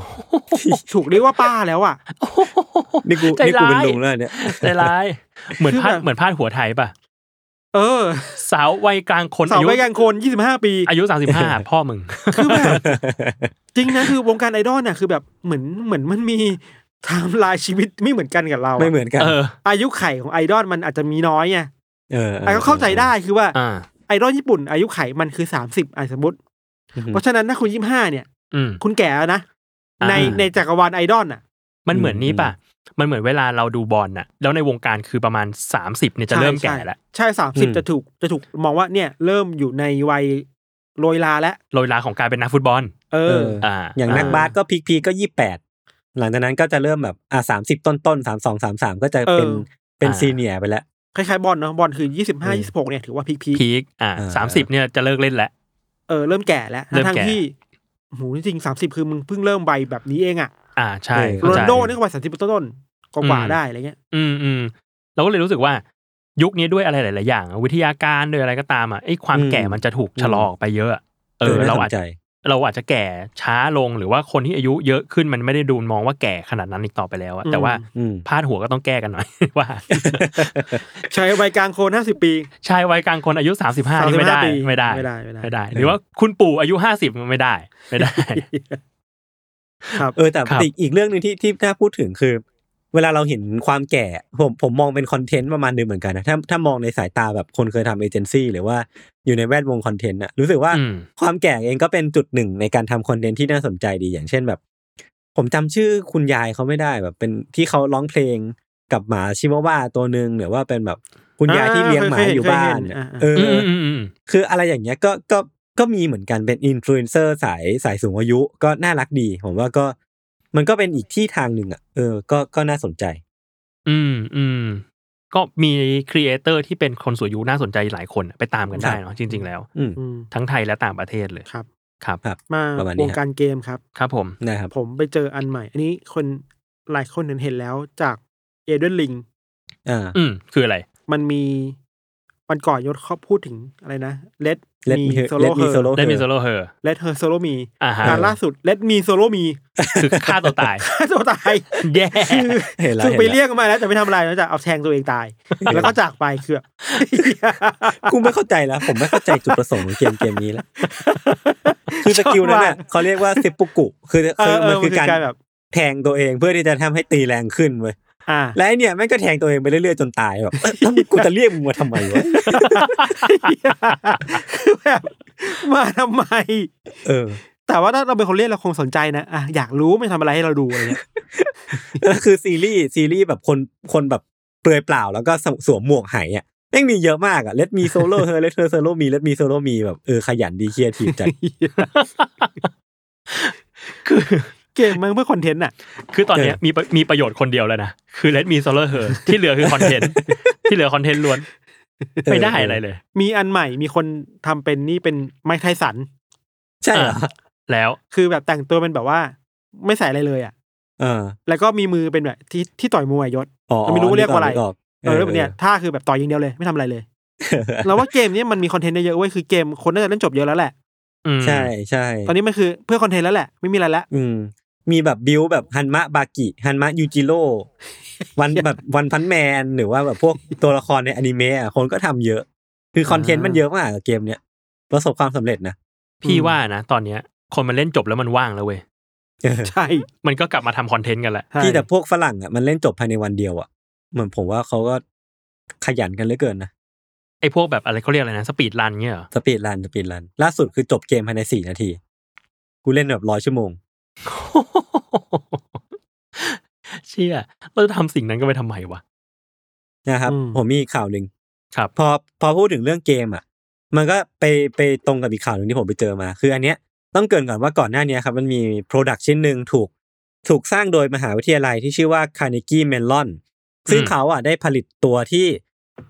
ถูกเรียกว่าป้าแล้วอ่ะ นี่กู ใจ นี่กูเป็น ร้าย ลุงแล้วเนี่ย ใจร้าย เหมือนพาด คือแบบ เหมือนพาดหัวไทยป่ะ เออ สาววัยกลางคน สาว อายุ วัยกลางคนยี่สิบห้าปี อายุสามสิบห้าพ่อมึง คือแบบ จริงนะคือวงการไอดอลน่ะคือแบบเหมือนเหมือนมันมีไทม์ไลน์ชีวิตไม่เหมือนกันกับเราะ ไม่เหมือนกัน เออ อายุไขของไอดอลมันอาจจะมีน้อยไง เออ แต่ก็เข้าใจได้คือว่า อ่า ไอดอลญี่ปุ่น อายุไขมันคือสามสิบอ่ะสมมติ อือฮึ เพราะฉะนั้นถ้าคุณยี่สิบห้าเนี่ย อืม คุณแก่แล้วนะ อ่า ในในจักรวาลไอดอลน่ะ มันเหมือนนี้ป่ะ มันเหมือนเวลาเราดูบอลน่ะ แล้วในวงการคือประมาณสามสิบเนี่ยจะเริ่มแก่แล้ว ใช่สาม อื สิบ ม จะถูกจะถูกมองว่าเนี่ย เริ่มอยู่ในวัยโรยลาแล้ว โรยลาของการเป็นนักฟุตบอล เอ เอ อ อ อ่า อย่างนักบาสก็พีคพีก็ยี่แปดหลังจากนั้นก็จะเริ่มแบบอ่ะสามสิบต้นต้นสามสองสามสามก็จะเป็น เออ เป็น อ่า ซีเนียไปแล้ว คล้ายๆบอลเนาะบอลคือยี่สิบห้า อืม ยี่สิบหกเนี่ยถือว่าพีคพี พีคอ่า อ่า สามสิบเนี่ยจะเลิกเล่นแล้ว เออเริ่มแก่แล้ว เริ่ม ทั้ง แก่ ๆที่โหจริงสามสิบคือมึงเพิ่งเริ่มใบแบบนี้เองอ่ะ อ่าใช่ เออ เข้า โร ใจ นลโดนี่ก็วัยสามสิบต้นๆกว่า อืม ๆได้อะไรเงี้ย อืมอืมเราก็เลยรู้สึกว่ายุคนี้ด้วยอะไรหลาย ๆ อย่างอะวิทยาการด้วยอะไรก็ตามอ่ะไอ้ความ อืม แก่มันจะถูกชะลอออกไปเยอะอะเออเรา น่ส อาจ นใจ เราอาจจะแก่ช้าลงหรือว่าคนที่อายุเยอะขึ้นมันไม่ได้ดูมองว่าแก่ขนาดนั้นอีกต่อไปแล้วอะ อืม แต่ว่า อื ม พาดหัวก็ต้องแก้กันหน่อย ว่า ใช้วัยกลางคนห้าสิบปี ชายวัยกลางคนอายุ 35นี่ไม่ได้ 35ปี ไม่ได้ ไม่ได้ไม่ได้ ไม่ได้ หรือว่าคุณปู่อายุ 50มันไม่ได้ ไม่ได้ ครับ เออแต่ ครับ อีกอีกเรื่องหนึ่งที่ที่น่าพูดถึงคือ เวลาเราเห็นความแก่ ผมผมมองเป็นคอนเทนต์ประมาณหนึงเหมือนกันนะถ้าถ้ามองในสายตาแบบคนเคยทำเอเจนซี่หรือว่าอยู่ในแวดวงคอนเทนต์อะรู้สึกว่า อืม ความแก่เองก็เป็นจุดหนึ่งในการทำคอนเทนต์ที่น่าสนใจดีอย่างเช่นแบบ ผมจำชื่อคุณยายเขาไม่ได้แบบ เป็นที่เขาร้องเพลงกับหมาชิวาว่าตัวหนึ่งหรือว่าเป็นแบบคุณยายที่เลี้ยงหมาอยู่บ้านเนี่ยเออ อืมอืมอืม คืออะไรอย่างเงี้ยก็ก็ก็มีเหมือนกันเป็นอินฟลูเอนเซอร์สายสายสูงอายุก็น่ารักดี ผมว่าก็มันก็เป็นอีกที่ทางหนึ่งอ่ะเออก็ก็น่าสนใจ อืมอืมก็มีครีเอเตอร์ที่เป็นคนสูงอายุน่าสนใจหลายคนไปตามกันได้ ครับ เนาะจริง ๆ แล้ว อืม อืม ทั้งไทยและต่างประเทศเลย ครับ ครับ มา ประมาณนี้ วง ครับ การเกมครับ ครับผม นะครับ ผมไปเจออันใหม่ อันนี้คนหลายคนเห็นเห็นแล้วจากเอเดนลิง อ่า อืมคืออะไร มันมีวันก่อนยศเขาพูดถึงอะไรนะเลด Let มี me hear- โซโล่ Let เฮ me อ solo ร์ ได้มีโซโล่เฮอร์ เลดเฮอร์โซโลมี อ่าฮะ งานล่าสุดเลดมีโซโลมี คือฆ่าตัวตาย ฆ่าตัวตาย แย่ คือ เห็นแล้ว คือไป เห็นแล้ว เรียกมาแล้วแต่ไม่ทำอะไรนอกจากเอาแทงตัวเองตาย แล้วก็จากไปคือแบบ กูไม่เข้าใจแล้ว ผมไม่เข้าใจจุดประสงค์ของเกมเกมนี้แล้ว คือสกิลนั้นน่ะ ว่า เขาเรียกว่าเซปปุกุคือ เอ คือ อเอ มัน อ คือการ แบบ แทงตัวเองเพื่อที่จะทำให้ตีแรงขึ้นเว้ย อ่า และไอ้เนี่ยแม่งก็แทงตัวเองไปเรื่อยๆจนตายแบบเอ้ยแล้วกูจะเรียกมึงมาทำไมวะ คือ แบบมาทำไม เออ แต่ว่าถ้าเราเป็นคนเรียนเราคงสนใจนะอ่ะอยากรู้ไม่ทำอะไรให้เราดูอะไรเงี้ย แล้วคือซีรีส์ซีรีส์แบบคนคนแบบเปลือยเปล่าแล้วก็สวมสวมหมวกไหอ่ะแม่งมีเยอะมากอ่ะเล t มีโซโล่เฮอเล t เธอโซโล่มีเล t มีโซโล่มีแบบเออขยันดีเคียที จัด คือ เกมมันเพื่อคอนเทนต์อ่ะ คือตอนเนี้ย เออ มีประมีประโยชน์คนเดียวแล้วนะ คือเลดมีโซโล่เฮอร์ที่เหลือคือคอนเทนต์ ที่เหลือคอนเทนต์ล้วน ไม่ได้อะไรเลย มีอันใหม่มีคนทำเป็นนี่เป็นไมค์ไทสัน ใช่เหรอ แล้ว คือแบบแต่งตัวเป็นแบบว่า ไม่ใส่อะไรเลยอ่ะ เออ แล้วก็มีมือเป็นแบบที่ที่ต่อยมวยอะยศ อ๋อ ไม่รู้เรียกว่าอะไร นึกออก เออแล้วเนี่ยท่าคือแบบต่อยอย่างเดียวเลยไม่ทำอะไรเลย เราว่าเกมเนี้ยมันมีคอนเทนต์เยอะๆเว้ยคือเกมคนน่าจะเล่นจบเยอะแล้วแหละ อืม ใช่ใช่ ตอนนี้มันคือเพื่อคอนเทนต์แล้วแหละไม่มีอะไรละ อืมมีแบบบิวแบบฮันมะบากิฮันมะยูจิโร่ วันแบบวันพันแมนหรือว่าแบบพวกตัวละครในอนิเมะอะคนก็ทำเยอะ คือคอนเทนต์มันเยอะมากอะเกมเนี้ยประสบความสำเร็จนะ พี่ว่านะตอนเนี้ย คนมันเล่นจบแล้วมันว่างแล้วเว้ย เออ ใช่ มันก็กลับมาทำคอนเทนต์กันแหละ ใช่ ที่แต่พวกฝรั่งอ่ะมันเล่นจบภายในวันเดียวอ่ะเหมือนผมว่าเขาก็ขยันกันเหลือเกินนะ ไอ้พวกแบบอะไรเขาเรียกอะไรนะสปีดรันเงี้ยเหรอ สปีดรันสปีดรัน ล่าสุดคือจบเกมภายในสี่นาที กูเล่นแบบร้อยชั่วโมง เชี่ยเราจะทำสิ่งนั้นก็ไปทำไมวะ นะครับ ผมมีอีกข่าวหนึ่ง ครับ พอพอพูดถึงเรื่องเกมอ่ะ มันก็ไปไปตรงกับอีกข่าวหนึ่งที่ผมไปเจอมา คืออันเนี้ยต้องเกรินก่อนว่าก่อนหน้าเนี้ยครับ มันมีโปรดักชิ้นหนึ่งถูกถูกสร้างโดยมหาวิทยาลัยที่ชื่อว่า Carnegie Mellon ซึ่งเขาอ่ะได้ผลิตตัวที่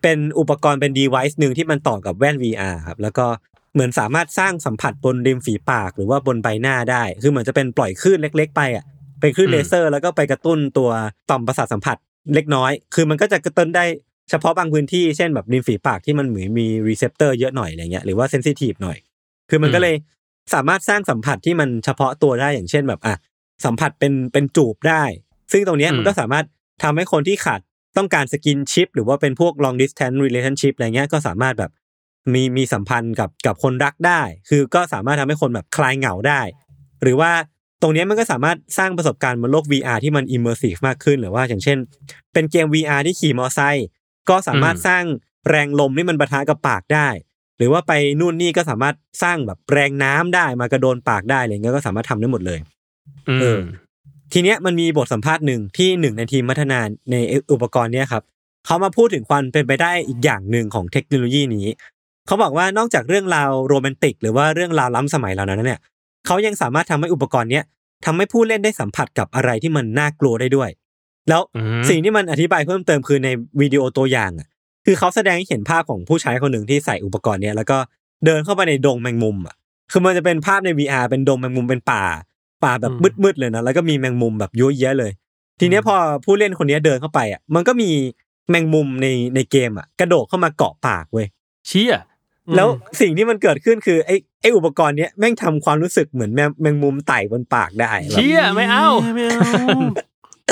เป็นอุปกรณ์เป็น device หนึ่งที่มันต่อกับแว่น VR ครับ แล้วก็เหมือนสามารถสร้างสัมผัสบนริมฝีปาก หรือว่าบนใบหน้าได้ คือเหมือนจะเป็นปล่อยคลื่นเล็ก ๆ ไปอ่ะ เป็นคลื่น อืม เลเซอร์แล้วก็ไปกระตุ้นตัวต่อมประสาทสัมผัสเล็กน้อย คือมันก็จะกระตุ้นได้เฉพาะบางพื้นที่ เช่นแบบริมฝีปากที่มันเหมือนมีรีเซพเตอร์เยอะหน่อยอะไรเงี้ย หรือว่าเซนซิทีฟหน่อย คือมันก็เลยสามารถสร้างสัมผัสที่มันเฉพาะตัวได้อย่างเช่นแบบอ่ะสัมผัสเป็นเป็นจูบได้ ซึ่งตรงเนี้ย อืม มันก็สามารถทำให้คนที่ขาดต้องการสกินชิป หรือว่าเป็นพวก long distance relationship อะไรเงี้ยก็สามารถแบบมีมีสัมพันธ์กับกับคนรักได้ คือก็สามารถทำให้คนแบบคลายเหงาได้ หรือว่าตรงเนี้ยมันก็สามารถสร้างประสบการณ์บนโลก VR ที่มัน immersive มากขึ้น หรือว่าอย่างเช่น เป็นเกม VR ที่ขี่มอไซค์ก็สามารถ อืม สร้างแรงลมที่มันปะทะกับปากได้ หรือว่าไปนู่นนี่ก็สามารถสร้างแบบแรงน้ำได้มากระโดนปากได้อะไรเงี้ยก็สามารถทำได้หมดเลย อืม เออ ทีเนี้ยมันมีบทสัมภาษณ์หนึ่งที่หนึ่งในทีมพัฒนาในอุปกรณ์เนี้ยครับเขามาพูดถึงความเป็นไปได้อีกอย่างหนึ่งของเทคโนโลยีนี้เขาบอกว่านอกจากเรื่องราวโรแมนติก หรือว่าเรื่องราวล้ำสมัยเหล่านั้นเนี่ยเขายังสามารถทำให้อุปกรณ์เนี้ยทำให้ผู้เล่นได้สัมผัสกับอะไรที่มันน่ากลัวได้ด้วย แล้ว อืม สิ่งที่มันอธิบายเพิ่มเติมคือในวิดีโอตัวอย่างอะคือเขาแสดงให้เห็นภาพของผู้ใช้คนหนึ่งที่ใส่อุปกรณ์เนี้ยแล้วก็เดินเข้าไปในดงแมงมุมอ่ะคือมันจะเป็นภาพใน VR เป็นดงแมงมุมเป็นป่า ป่าแบบ อืม มืดๆเลยนะแล้วก็มีแมงมุมแบบเยอะแยะเลย ทีเนี้ยพอผู้เล่นคนเนี้ยเดินเข้าไปอ่ะมันก็มีแมงมุมในในเกมอ่ะกระโดดเข้ามาเกาะปากเว้ย เชี่ย แล้วสิ่งที่มันเกิดขึ้นคือไอ้ไอ้อุปกรณ์เนี้ยแม่งทำความรู้สึกเหมือนแมงแมงมุมไต่บนปากได้แบบ เชี่ยไม่เอา ไม่เอา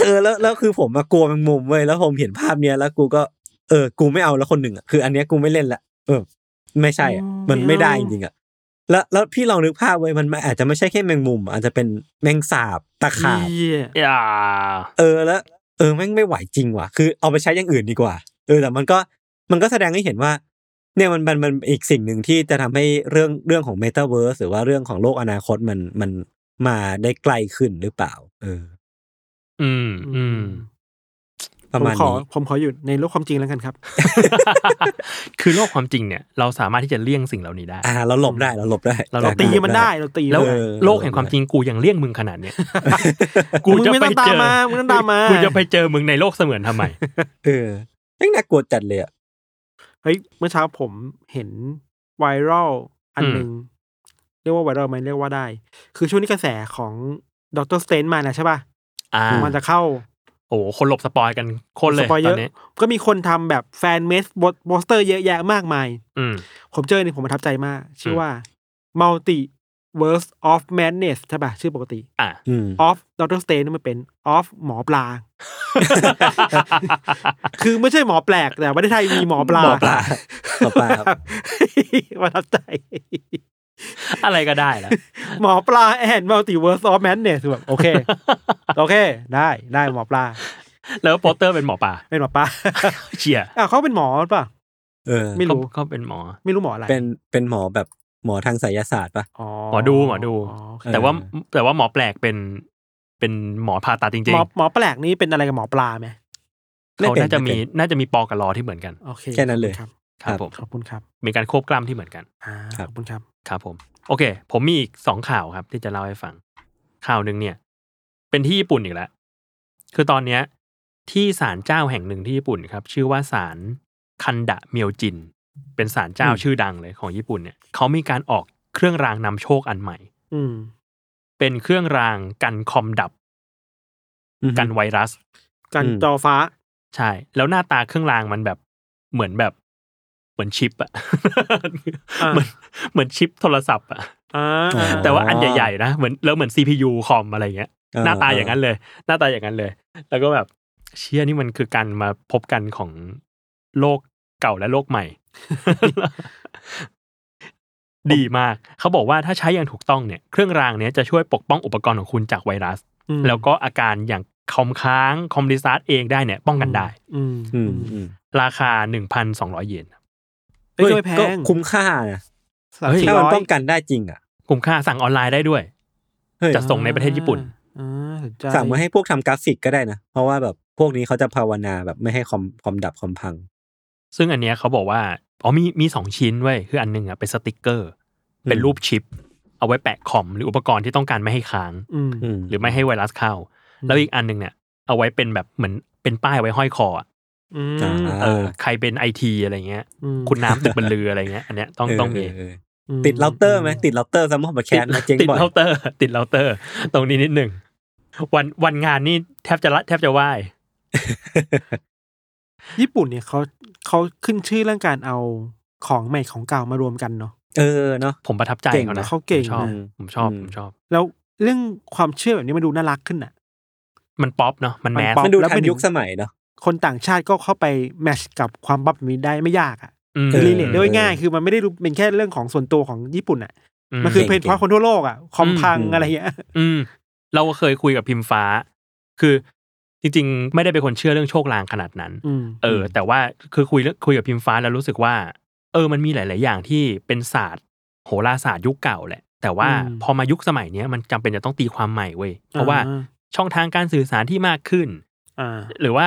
เออแล้วแล้วคือผมมากลัวแมงมุมเว้ยแล้วผมเห็นภาพเนี้ยแล้วกูก็เออกูไม่เอาแล้วคนหนึ่งอ่ะคือ อันเนี้ยกูไม่เล่นละเออ ไม่ใช่อ่ะมันไม่ได้จริงๆอ่ะแล้วแล้วพี่ลองนึกภาพเว้ยมันอาจจะไม่ใช่แค่แมงมุม อาจจะเป็นแมงสาบตะขาบ เหี้ย อย่า เออแล้วเออแม่งไม่ไหวจริงว่ะ คือเอาไปใช้อย่างอื่นดีกว่า เออแต่มันก็มันก็แสดงให้เห็นว่า เนี่ยมันมันมันอีกสิ่งหนึ่งที่จะทำให้เรื่องเรื่องของเมตาเวิร์สหรือว่าเรื่องของโลกอนาคตมันมันมาได้ไกลขึ้นหรือเปล่า เออ อืมอืม ประมาณ ผขอ นี้ ผมขออยู่ในโลกความจริงแล้วกันครับ คือโลกความจริงเนี่ย เราสามารถที่จะเลี่ยงสิ่งเหล่านี้ได้ อ่า เราหลบได้เราหลบได้ เราหล เรา บ ตีมันได้เราตี แล้ว มันได้ อ โลกแห่งความจริงกูยังเลี่ยงมึงขนาดเนี้ยกู มึง จะ ไม่ ไป ต้องตา เจ ม อ มามึงต้องตามมา กูจะไปเจอมึงในโลกเสมือนทำไม เออแม่งน่ากลัวจัดเลยอ่ะ เฮ้ยเมื่อเช้าผมเห็นไวรัลอัน อืม หนึ่งเรียกว่าไวรัลไหมเรียกว่าได้ คือช่วงนี้กระแสของดรสเตนมานะใช่ป่ะ อ่า มันจะเข้า โอ้โหคนหลบสปอยกันโคนเลย สปอย ต เย อ อะ นนี้ ก็มีคนทำแบบแฟนเมสโปสเตอร์เยอะแยะมากมาย อืม ผมเจอเนี่ยผมประทับใจมาก ชื่อว่า Multi Verse of Madness ใช่ป่ะ ชื่อปกติ อ่ะ อืม of Doctor Strange นี่มันเป็น of หมอปลา คือไม่ใช่หมอแปลก แต่ประเทศไทยมีหมอปลา หมอปลาหมอปลาครับ ประทับใจ อะไรก็ได้แล้ว หมอปลาแอนมัลติเวิร์สออฟแมนเนี่ยคือแบบโอเค โอเค ได้ได้หมอปลา แล้วโปสเตอร์เป็นหมอป่า เป็นหมอปลา เชีย อ่ะเขาเป็นหมอป่ะ เออ ไม่รู้ เขา เป็นหมอ ไม่รู้หมออะไร เป็นเป็นหมอแบบหมอทางไสยศาสตร์ปะ อ๋อ หมอดูหมอดู โเค เออ แต่ว่าแต่ว่าหมอแปลกเป็นเป็นหมอผ่าตัดจริ ห ง มอหมอแปลกนี้เป็นอะไรกับหมอปลาไหม ๆเขา ไป็ น่าจะมี ไเป็ น่าจะมีปอกับลอที่เหมือนกัน โอเค แค่นั้นเลย ครับ ครับผม ขอบคุณครับ มีการควบกล้ามที่เหมือนกัน อ่า ค ข รับ อบคุณครับ ครับผม โอเค ผมมีอีกสองข่าวครับที่จะเล่าให้ฟัง ข่าวหนึ่งเนี่ย เป็นที่ญี่ปุ่นอีกแล้ว คือตอนเนี้ย ที่ศาลเจ้าแห่งหนึ่งที่ญี่ปุ่นครับ ชื่อว่าศาลคันดะเมียวจิน เป็นศาลเจ้าชื่อดังเลยของญี่ปุ่นเนี่ยเขามีการออกเครื่องรางนำโชคอันใหม่ อืม เป็นเครื่องรางกันคอมดับ อือฮึ กันไวรัส กัน อืม จอฟ้า ใช่ แล้วหน้าตาเครื่องรางมันแบบเหมือนแบบเหมือนชิปอะ อ่า เหมือนเหมือนชิปโทรศัพท์อะ อ่า อ๋อ แต่ว่าอันใหญ่ๆนะเหมือนแล้วเหมือน CPU คอมอะไรเงี้ย เออ หน้าตาอย่างนั้นเลย หน้าตาอย่างนั้นเลย แล้วก็แบบเชี่ยนี่มันคือการมาพบกันของโลกเก่าและโลกใหม่ ดีมาก เขาบอกว่าถ้าใช้อย่างถูกต้องเนี่ย เครื่องรางเนี้ยจะช่วยปกป้องอุปกรณ์ของคุณจากไวรัส อืม แล้วก็อาการอย่างคอมค้างคอมดิซาร์เองได้เนี่ย ป้องกันได้ อืม อืมอืม ราคา 1,200 เยน เอ้ย เฮ้ย ไม่แพ ก็ ง คุ้มค่านะ สาม เฮ้ย สี่ ถ้ามัน ร้อย ป้องกันได้จริงอ่ะ คุ้มค่าสั่งออนไลน์ได้ด้วย เฮ้ย จะส่งในประเทศญี่ปุ่น อ่าสนใจ สั่งมาให้พวกทำกราฟิกก็ได้นะ เพราะว่าแบบพวกนี้เขาจะภาวนาแบบไม่ให้คอมคอมดับคอมพัง ซึ่งอันเนี้ยเขาบอกว่า อ๋อมีมีสองชิ้นเว้ย คืออันหนึงอ่ะเป็นสติกเกอร์ เป็นรูปชิป เอาไว้แปะคอมหรืออุปกรณ์ที่ต้องการไม่ให้ค้าง อืม อืม หรือไม่ให้ไวรัสเข้า แล้วอีกอันหนึงเนี่ย เอาไว้เป็นแบบเหมือนเป็นป้ายไว้ห้อยคออะ อืม จ้า เออ ใครเป็นไอทีอะไรเงี้ย ม คุณน้ำตึกบรรลืออะไรเงี้ย อันเนี้ยต้องต้องมี เเอ อืม ติดเราเตอร์ไหมติดเราเตอร์ซัมมอร์บแคสนะเจ๊ง ติด บ่อย เลาน์เตอร์ ติดเลาน์เตอร์ ตรงนี้นิดหนึ่ง วันวันงานนี่แทบจะละแทบจะไหว ญี่ปุ่นเนี่ยเขาเขาขึ้นชื่อเรื่องการเอาของใหม่ของเก่ามารวมกันเนาะ เออเนาะ ผมประทับใจ เก่ง เขานะ นะเขาเก่ง ผมชอนะบผมชอบ อืม ผมชอบ แล้วเรื่องความเชื่อแบบนี้มันดูน่ารักขึ้นอ่ะ มันป๊อปเนาะมัน มั แม น ส ป๊อป มันดู แล้ว ทั เป็น น ยุคสมัยเนาะ คนต่างชาติก็เข้าไปแมทชกับความบับแบบนี้ได้ไม่ยากอ่ะ อืม เออ รีเลทด้วยง่ายคือมันไม่ได้ดูเป็นแค่เรื่องของส่วนตัวของญี่ปุ่นอ่ะ อืม มันคือ เก่ เพ ง น ๆ พอยต์คนทั่วโลกอ่ะคอมพัง อืม อะไรเงี้ย อืมเราเคยคุยกับพิมฟ้า คือจริง ๆ ไม่ได้เป็นคนเชื่อเรื่องโชคลางขนาดนั้น อืม เออ แต่ว่าคือคุยเรื่องคุยกับพิมฟ้าแล้วรู้สึกว่า เออ มันมีหลาย ๆ อย่างที่เป็นศาสตร์ โหราศาสตร์ยุคเก่าแหละ แต่ว่า อืม พอมายุคสมัยเนี้ยมันจำเป็นจะต้องตีความใหม่เว้ยเพราะว่า อ่า ช่องทางการสื่อสารที่มากขึ้น อ่า หรือว่า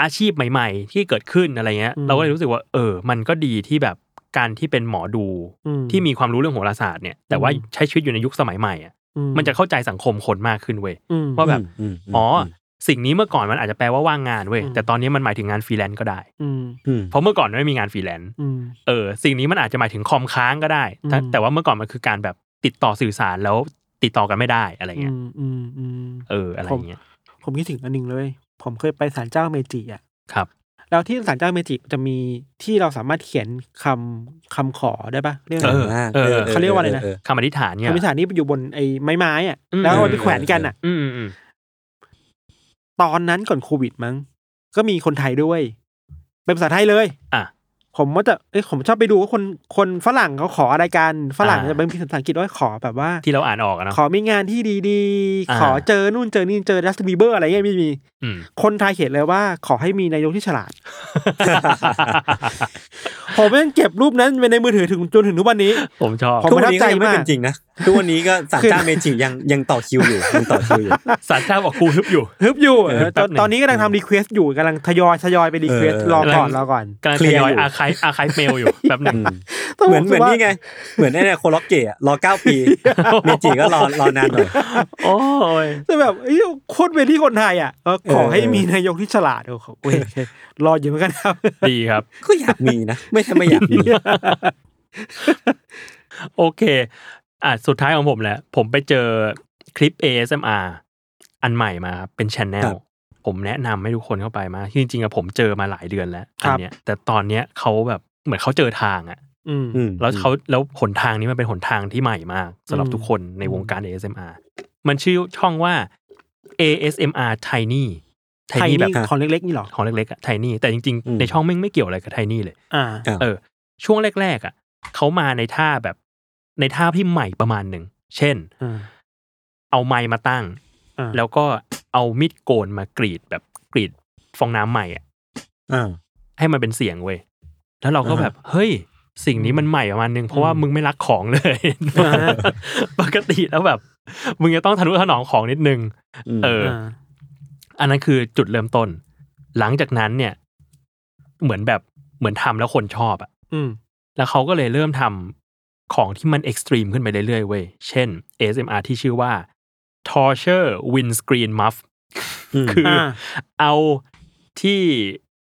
อาชีพใหม่ ๆ ที่เกิดขึ้นอะไรเงี้ย อืม เราก็เลยรู้สึกว่า เออ มันก็ดีที่แบบการที่เป็นหมอดู อื ที่มีความรู้เรื่องโหราศาสตร์เนี่ย แต่ว่า อืม ใช้ชีวิตอยู่ในยุคสมัยใหม่อะ อื มันจะเข้าใจสังคมคนมากขึ้นเว้ย อืม ว่าแบบ อืมม อ๋ออสิ่งนี้เมื่อก่อนมันอาจจะแปลว่าว่างงานเว้ย อืม แต่ตอนนี้มันหมายถึงงานฟรีแลนซ์ก็ได้ อืม อืม เพราะเมื่อก่อนไม่มีงานฟรีแลนซ์ อืม เออสิ่งนี้มันอาจจะหมายถึงคอมค้างก็ได้แต่ อืม แต่ว่าเมื่อก่อนมันคือการแบบติดต่อสื่อสารแล้ว ติดต่อกันไม่ได้อะไรเงี้ย อืมอืมอืม เอออะไรเงี้ย ผมคิดถึงอันหนึ่งเลย ผมเคยไปศาลเจ้าเมจิอ่ะ ครับ แล้วที่ศาลเจ้าเมจิจะมีที่เราสามารถเขียนคำคำขอได้ปะเรียกอะไร เออ เออ เขาเรียกว่าอะไรนะ เ คำอธิษฐานเนี่ย คำพิสานนี่อยู่บนไอ้ไม้ไม้อ่ะ อืม แล้วเอาไปแขวนกันอ่ะ อืมอืมอืม ตอนนั้นก่อนโควิดมั้ง ก็มีคนไทยด้วย เป็นภาษาไทยเลย อ่ะ ผมว่าจะเอ้ยผมชอบไปดูว่าคนคนฝรั่งเขาขออะไรกัน ฝรั่ง อ่า จะเป็นภาษาอังกฤษว่าขอแบบว่า ที่เราอ่านออกอะเนาะ ขอมีงานที่ดี อ่า ๆ ขอเจอนู่นเจอนี่เจอดัสบีเบอร์อะไรเงี้ยไม่มี อืม คนไทยเขียนเลยว่า ขอให้มีนายกที่ฉลาด ผมยังเก็บรูปนั้นไว้ในมือถือถึงจนถึงทุกวันนี้ ผมชอบ ผม ทุกวันนี้ ประทับก็ใจยังไม่ มาก เป็นจริงนะทุกวันนี้ก็ศาลเจ้าเมจิยังยังต่อคิวอยู่ยังต่อคิวอยู่ สารเจ้าบอกกูฮึบอยู่ ฮึบอยู่เออ เออแป๊บหนึ่ง ตอนนี้กำลังทำรีเควสอยู่กำลังทยอยทยอยไปรีเควส เออ รอก่อนรอก่อน กำลัง เคลี ท ยร์ ยออยยู่ อาคายอาคายเมลอยู่แบบหนึ่ง อืมเหมือนเหมือนนี่ไง เหมือนไอ้เนี่ยโคล็อกเกะรอเก้าปี เมจิก็รอรอนานหน่อย โอ้ย แต่แบบเอ้ยโคตรเวที่คนไทยอ่ะเออขอ เออ ให้มีนายกที่ฉลาดโอ้โหโอเคโอเครออยู่เหมือนกันครับ ดีครับ ก็อยากมีนะ ไม่ใช่ไม่อยากมี โอเค อ่ะสุดท้ายของผมแหละ ผมไปเจอคลิป ASMR อันใหม่มาครับเป็นช n e l ผมแนะนำให้ทุกคนเข้าไปมากจริงๆอะผมเจอมาหลายเดือนแล้ว ค อั รั น บ เนี้ยแต่ตอนเนี้ยเขาแบบเหมือนเขาเจอทางอะ อืม อืม แล้วเขาแล้วหนทางนี้มันเป็นหนทางที่ใหม่มากสำหรับ อืม ทุกคนในวงการ ASMR มันชื่อช่องว่า ASMR Tiny ไทย Tiny แบบ นี่ของเล็กๆนี่เหรอ ของเล็กๆอะ Tiny แต่จริงๆ ในช่องแม่งไม่เกี่ยวอะไรกับ Tiny เลย อ่า เออช่วงแรกๆอ่ะเขามาในท่าแบบในท่าที่ใหม่ประมาณหนึ่ง เช่น อ่า เอาไม้มาตั้ง อ่า แล้วก็เอามีดโกนมากรีดแบบกรีดฟองน้ำใหม่อ่ะ อ่า ให้มันเป็นเสียงเว้ยแล้วเราก็แบบ เฮ้ย สิ่งนี้มันใหม่ประมาณหนึ่งเพราะว่ามึงไม่รักของเลย อ่า ปกติแล้วแบบ มึงจะต้องทะนุถนอมของนิดนึง เออ า อันนั้นคือจุดเริ่มต้น หลังจากนั้นเนี่ย เหมือนแบบเหมือนทำแล้วคนชอบอ่ะ อืม แล้วเขาก็เลยเริ่มทำของที่มันเอ็กซ์ตรีมขึ้นไปเรื่อยๆเว้ย เช่น ASMR ที่ชื่อว่า torture windscreen muff อืม คืออา เอาที่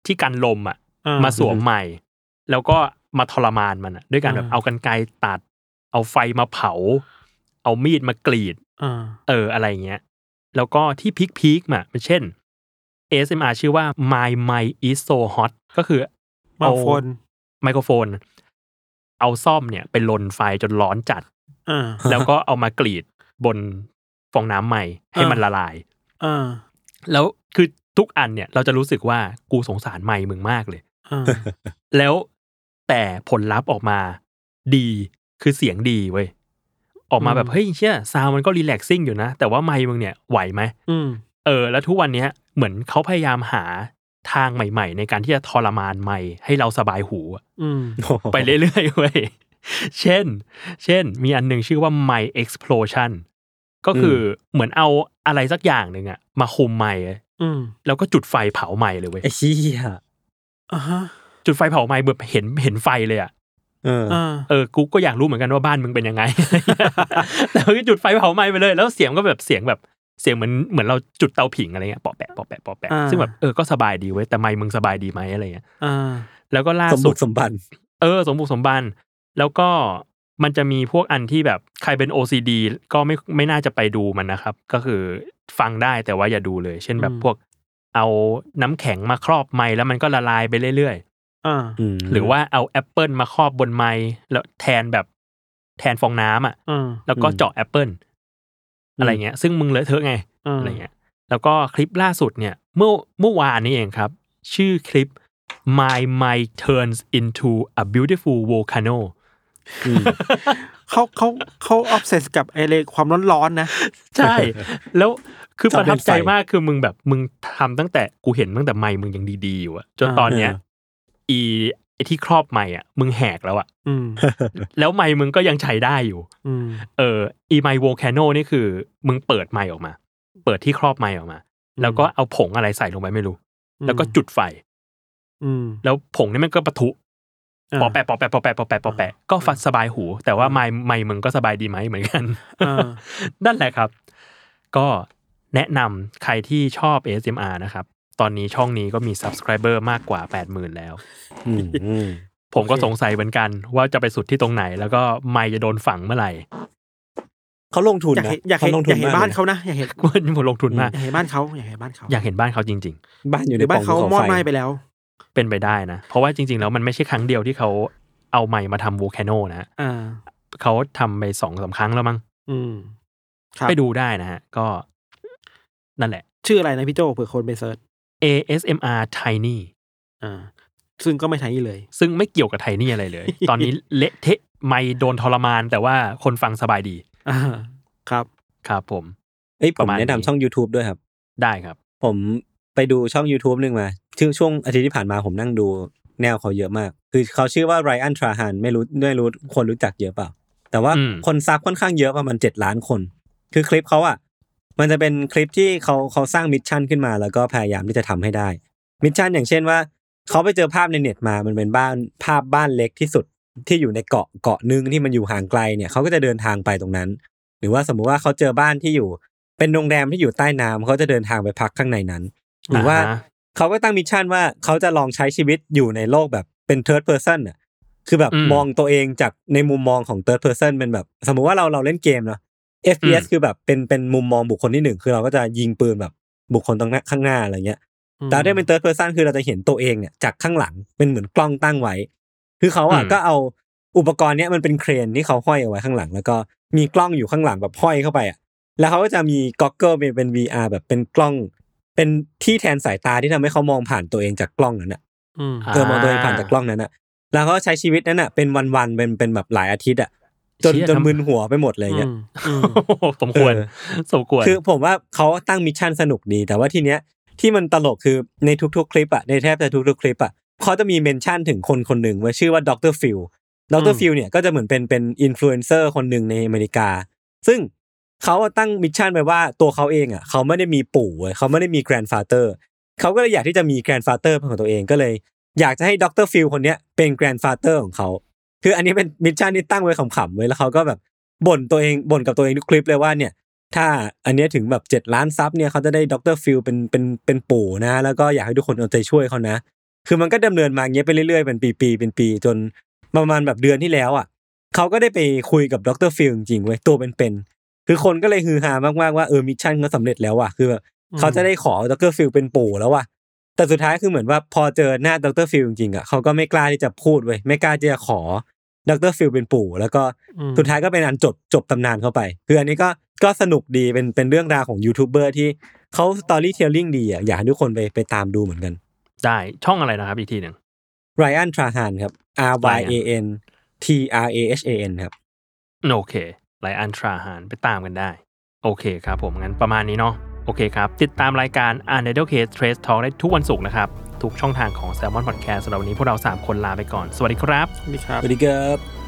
ที่กันลมอ่ะ อ่ มาสวมใหม่ แล้วก็มาทรมานมันอะด้วยการแบบ อ่า เอากันไกรตัด เอาไฟมาเผา เอามีดมากรีด อ่า เอออะไรเงี้ย แล้วก็ที่พีคพีคๆมาเช่น ASMR ชื่อว่า my my is so hot ก็คือ มา เอา โฟน ไมโครโฟน เอาซ่อมเนี่ยไปลนไฟจนร้อนจัด อ่า แล้วก็เอามากรีดบนฟองน้ำใหม่ให้ อ่ามั มันละลาย อ่า แล้วคือทุกอันเนี่ยเราจะรู้สึกว่ากูสงสารไม่มึงมากเลย อ่า แล้วแต่ผลลัพธ์ออกมาดีคือเสียงดีเว้ย ออกมาแบบเฮ้ยเชี่ยซาวมันก็รีแลกซิ่งอยู่นะ แต่ว่าไม่มึงเนี่ยไหวไหม อืม เออแล้วทุกวันเนี้ยเหมือนเขาพยายามหาทางใหม่ ๆ ในการที่จะทรมานไม่ให้เราสบายหูอะ อืม ไปเรื่อยๆเว้ ย เช่น เช่น มีอันหนึ่งชื่อว่า My Explosion ก็คืออเหมือนเอาอะไรสักอย่างหนึ่งอะมาคุมไม้ อืม แล้วก็จุดไฟเผาไม้เลยเว้ย ไอ้เชี่ย อ่าฮะ จุดไฟเผาไม้แบบเห็นเห็นไฟเลยอะ เออ อ่า เออ กูก็อยากรู้เหมือนกันว่าบ้านมึงเป็นยังไง แล้วก็จุดไฟเผาไม้ไปเลย แล้วเสียงก็แบบเสียงแบบเสียงเหมือนเหมือนเราจุดเตาผิงอะไรเงี้ยปอแปะปอแปะปอแปะ ซึ่งแบบเออ ก็สบายดีเว้ย แต่ไม้มึงสบายดีไหมอะไรเงี้ย อ่า แล้วก็ล่า สม สุ บุ ด กสมบัน เออสมบุกสมบันแล้วก็มันจะมีพวกอันที่แบบใครเป็น OCD ก็ไม่ไม่น่าจะไปดูมันนะครับ ก็คือฟังได้แต่ว่าอย่าดูเลย เช่นแบบพวกเอาน้ำแข็งมาครอบไม้แล้วมันก็ละลายไปเรื่อย อ่า อืม ๆ หรือว่าเอาแอปเปิลมาครอบบนไม้แล้วแทนแบบแทนฟองน้ำอ่ะ อ่า แล้วก็เจาะแอปเปิลอะไรเงี้ย ซึ่งมึงเลอะเทอะไง า อะไรเงี้ย แล้วก็คลิปล่าสุดเนี่ย เมื่อเมื่อวานนี้เองครับ ชื่อคลิป My My Turns into a Beautiful Volcano อืม เขาเขาเขาออฟเซสกับไอเลความร้อนๆนะ ใช่ แล้วคือประทับใจมากคือมึงแบบมึงทำตั้งแต่กูเห็นตั้งแต่ไม่มึงยังดีๆอยู่อะจนตอนเนี้ยอีไอ้ที่ครอบไม่อะมึงแหกแล้ว อะ อืม แล้วไม่มึงก็ยังใช้ได้อยู่ อืม เอออีไมโวแคนโนนี่คือ มึงเปิดไมค์ออกมา เปิดที่ครอบไมค์ออกมา แล้วก็เอาผงอะไรใส่ลงไปไม่รู้ แล้วก็จุดไฟ อืม แล้วผงนี่มันก็ปะทุ า ปอแปะปอแปะปอแปะปอแปะปอแปะก็ฟัดสบายหู แต่ว่าไม่ไม่มึงก็สบายดีไหมเหมือนกัน อ่า นั่นแหละครับ ก็แนะนำใครที่ชอบ ASMR นะครับ ตอนนี้ช่องนี้ก็มี Subscriber มากกว่า 80,000 แล้ว อืมอืม ผมก็สงสัยเหมือนกัน ว่าจะไปสุดที่ตรงไหน แล้วก็ไม่จะโดนฝังเมื่อไหร่ เขาลงทุน อยาก นะ เห็นอยากเห็น ลง อยากเห็น ม บ้าน ลยะ เขานะอยากเห็น ว่านี่ผมลงทุนมาก อยากเห็นบ้านเขาอยากเห็นบ้านเขา อยากเห็นบ้านเขาจริง บ้านอยู่ ห ใน รือบ้านเขา ปล่อง มอด ฟ ไหม้ไปแล้ว ๆ เป็นไปได้นะ เพราะว่าจริง ๆ แล้วมันไม่ใช่ครั้งเดียวที่เขาเอาไม้มาทำวูแคนโนนะฮะ อ่า เขาทำไปสองสามครั้งแล้วมั้ง อืม ครับ ไปดูได้นะฮะ ก็นั่นแหละ ชื่ออะไรนะพี่โจเผื่อคนไปเซิร์ช ASMR Tiny อ่า ซึ่งก็ไม่ใช่เลย ซึ่งไม่เกี่ยวกับไทนี่อะไร เลย ตอนนี้เละเทะไม่โดนทรมาน แต่ว่าคนฟังสบายดี อ่า ครับ ครับผม เอ้ยผ ปมระมาณ แนะนำ นี้ ช่อง YouTube ด้วยครับ ได้ครับ ผมไปดูช่อง YouTube หนึ่งมาชื่อช่วงอาทิตย์ที่ผ่านมาผมนั่งดูแนวเขาเยอะมาก คือเขาชื่อว่าไรอันทราฮานไม่รู้ไม่รู้คนรู้จักเยอะเปล่า แต่ว่า อืม คนซับค่อนข้างเยอะประมาณเจ็ดล้านคน คือคลิปเขาอ่ะ มันจะเป็นคลิปที่เขาเขาสร้างมิชชั่นขึ้นมาแล้วก็พยายามที่จะทำให้ได้ มิชชั่นอย่างเช่นว่า เขาไปเจอภาพในเน็ตมา มันเป็นบ้านภาพบ้านเล็กที่สุดที่อยู่ในเกาะเกาะหนึงที่มันอยู่ห่างไกลเนี่ยเขาก็จะเดินทางไปตรงนั้น หรือว่าสมมุติว่าเขาเจอบ้านที่อยู่ เป็นโรงแรมที่อยู่ใต้น้ำเขาจะเดินทางไปพักข้างในนั้น หรือว่า อ่าฮะ เขาก็ตั้งมิชชั่นว่าเขาจะลองใช้ชีวิตอยู่ในโลกแบบเป็น third person น่ะคือแบบ อืม มองตัวเองจากในมุมมองของ third person เป็นแบบ สมมุติว่าเราเราเล่นเกมเนาะ FPS อืม คือแบบเป็นเป็นมุมมองบุคคลที่หนึ่งคือเราก็จะยิงปืนแบบบุคคลตรงหน้าข้างหน้าอะไรเงี้ย อืม แต่ถ้าได้เป็น third person คือเราจะเห็นตัวเองเนี่ยจากข้างหลังเป็นเหมือนกล้องตั้งไว้ คือเขาอ่ะ อืม ก็เอาอุปกรณ์เนี้ยมันเป็นเครนที่เขาห้อยเอาไว้ข้างหลัง แล้วก็มีกล้องอยู่ข้างหลังแบบห้อยเข้าไปอ่ะ แล้วเขาก็จะมีก็อกเกิลเป็น VR แบบเป็นกล้อง เป็นที่แทนสายตาที่ทำให้เขามองผ่านตัวเองจากกล้องนั้นอ่ะ อืม เออมองตัวเองผ่านจากกล้องนั้นอ่ะ แล้วเขาก็ใช้ชีวิตนั้นอ่ะเป็นวันๆเป็นเป็นแบบหลายอาทิตย์อ่ะ จน เชี่ย จน ทำ มึนหัวไปหมดเลยเงี้ย อืม โอ้โหสมควร เออ สมควร คือผมว่าเขาตั้งมิชชั่นสนุกดี แต่ว่าทีเนี้ยที่มันตลกคือในทุกๆ คลิปอ่ะในแทบจะทุกๆคลิปอ่ะเขาจะมีเมนชั่นถึงคนคนหนึ่งไว้ชื่อว่าดรฟิลด อื ร ม ฟิลเนี่ยก็จะเหมือนเป็นเป็นอินฟลูเอนเซอร์คนหนึ่งในอเมริกา ซึ่งเขาอะตั้งมิชชั่นไปว่าตัวเขาเองอ่ะเขาไม่ได้มีปู่เว้ยเขาไม่ได้มีแกรนด์ฟาเตอร์เขาก็เลยอยากที่จะมีแกรนด์ฟาเตอร์ของตัวเองก็เลย อยากจะให้ดรฟิลคนเนี้ยเป็นแกรนด์ฟาเตอร์ของเขา คืออันนี้เป็นมิชชั่นที่ตั้งไว้ขำๆไว้ยแล้วเขาก็แบบบ่นตัวเองบ่นกับตัวเองทุกคลิปเลยว่าเนี่ย ถ้าอันเนี้ยถึงแบบ 7 ล้านซับเนี่ยเขาจะได้ดรฟิลเป็นเป็นเป็นปู่นะ แล้วก็อยากให้ทุกคนเอาใจช่วยเขานะ คือมันก็ดำเนินมาอย่างเงี้ยไปเรื่อยๆ เป็นปีๆเป็นปี จนประมาณแบบเดือนที่แล้วอ่ะเขาก็ได้ไปคุยกับดรฟิลจริงๆเว้ยตัวเป็นๆคือคนก็เลยฮือฮามากๆว่าเออมิชชั่นก็สำเร็จแล้วว่ะคือแบบเขาจะได้ขอดรฟิลเป็นปู่แล้วว่ะแต่สุดท้ายคือเหมือนว่าพอเจอหน้าดรฟิลจริงๆอ่ะเขาก็ไม่กล้าที่จะพูดเว้ยไม่กล้าที่จะขอดรฟิลเป็นปู่แล้วก็ อืม สุดท้ายก็เป็นอันจบจบตำนานเข้าไป คืออันนี้ก็ก็สนุกดีเป็นเป็นเรื่องราวของยูทูบเบอร์ที่เขาสตอรี่เทลลิ่งดีอ่ะอยากให้ทุกคนไปไปตามดูเหมือนกัน ได้ช่องอะไรนะครับอีกทีหนึ่ง ไรอันทราฮานครับ R Y A Ryan N T R A H A N ครับ โอเคไลอันทราหานไปตามกันได้ โอเคครับผม งั้นประมาณนี้เนาะโอเคครับ ติดตามรายการ u n d e r Case Trace Talk ได้ทุกวันศุกร์นะครับ ทุกช่องทางของ Salmon Podcast สำหรับวันนี้พวกเรา 3 คนลาไปก่อน สวัสดีครับ นี่ครับ สวัสดีครับ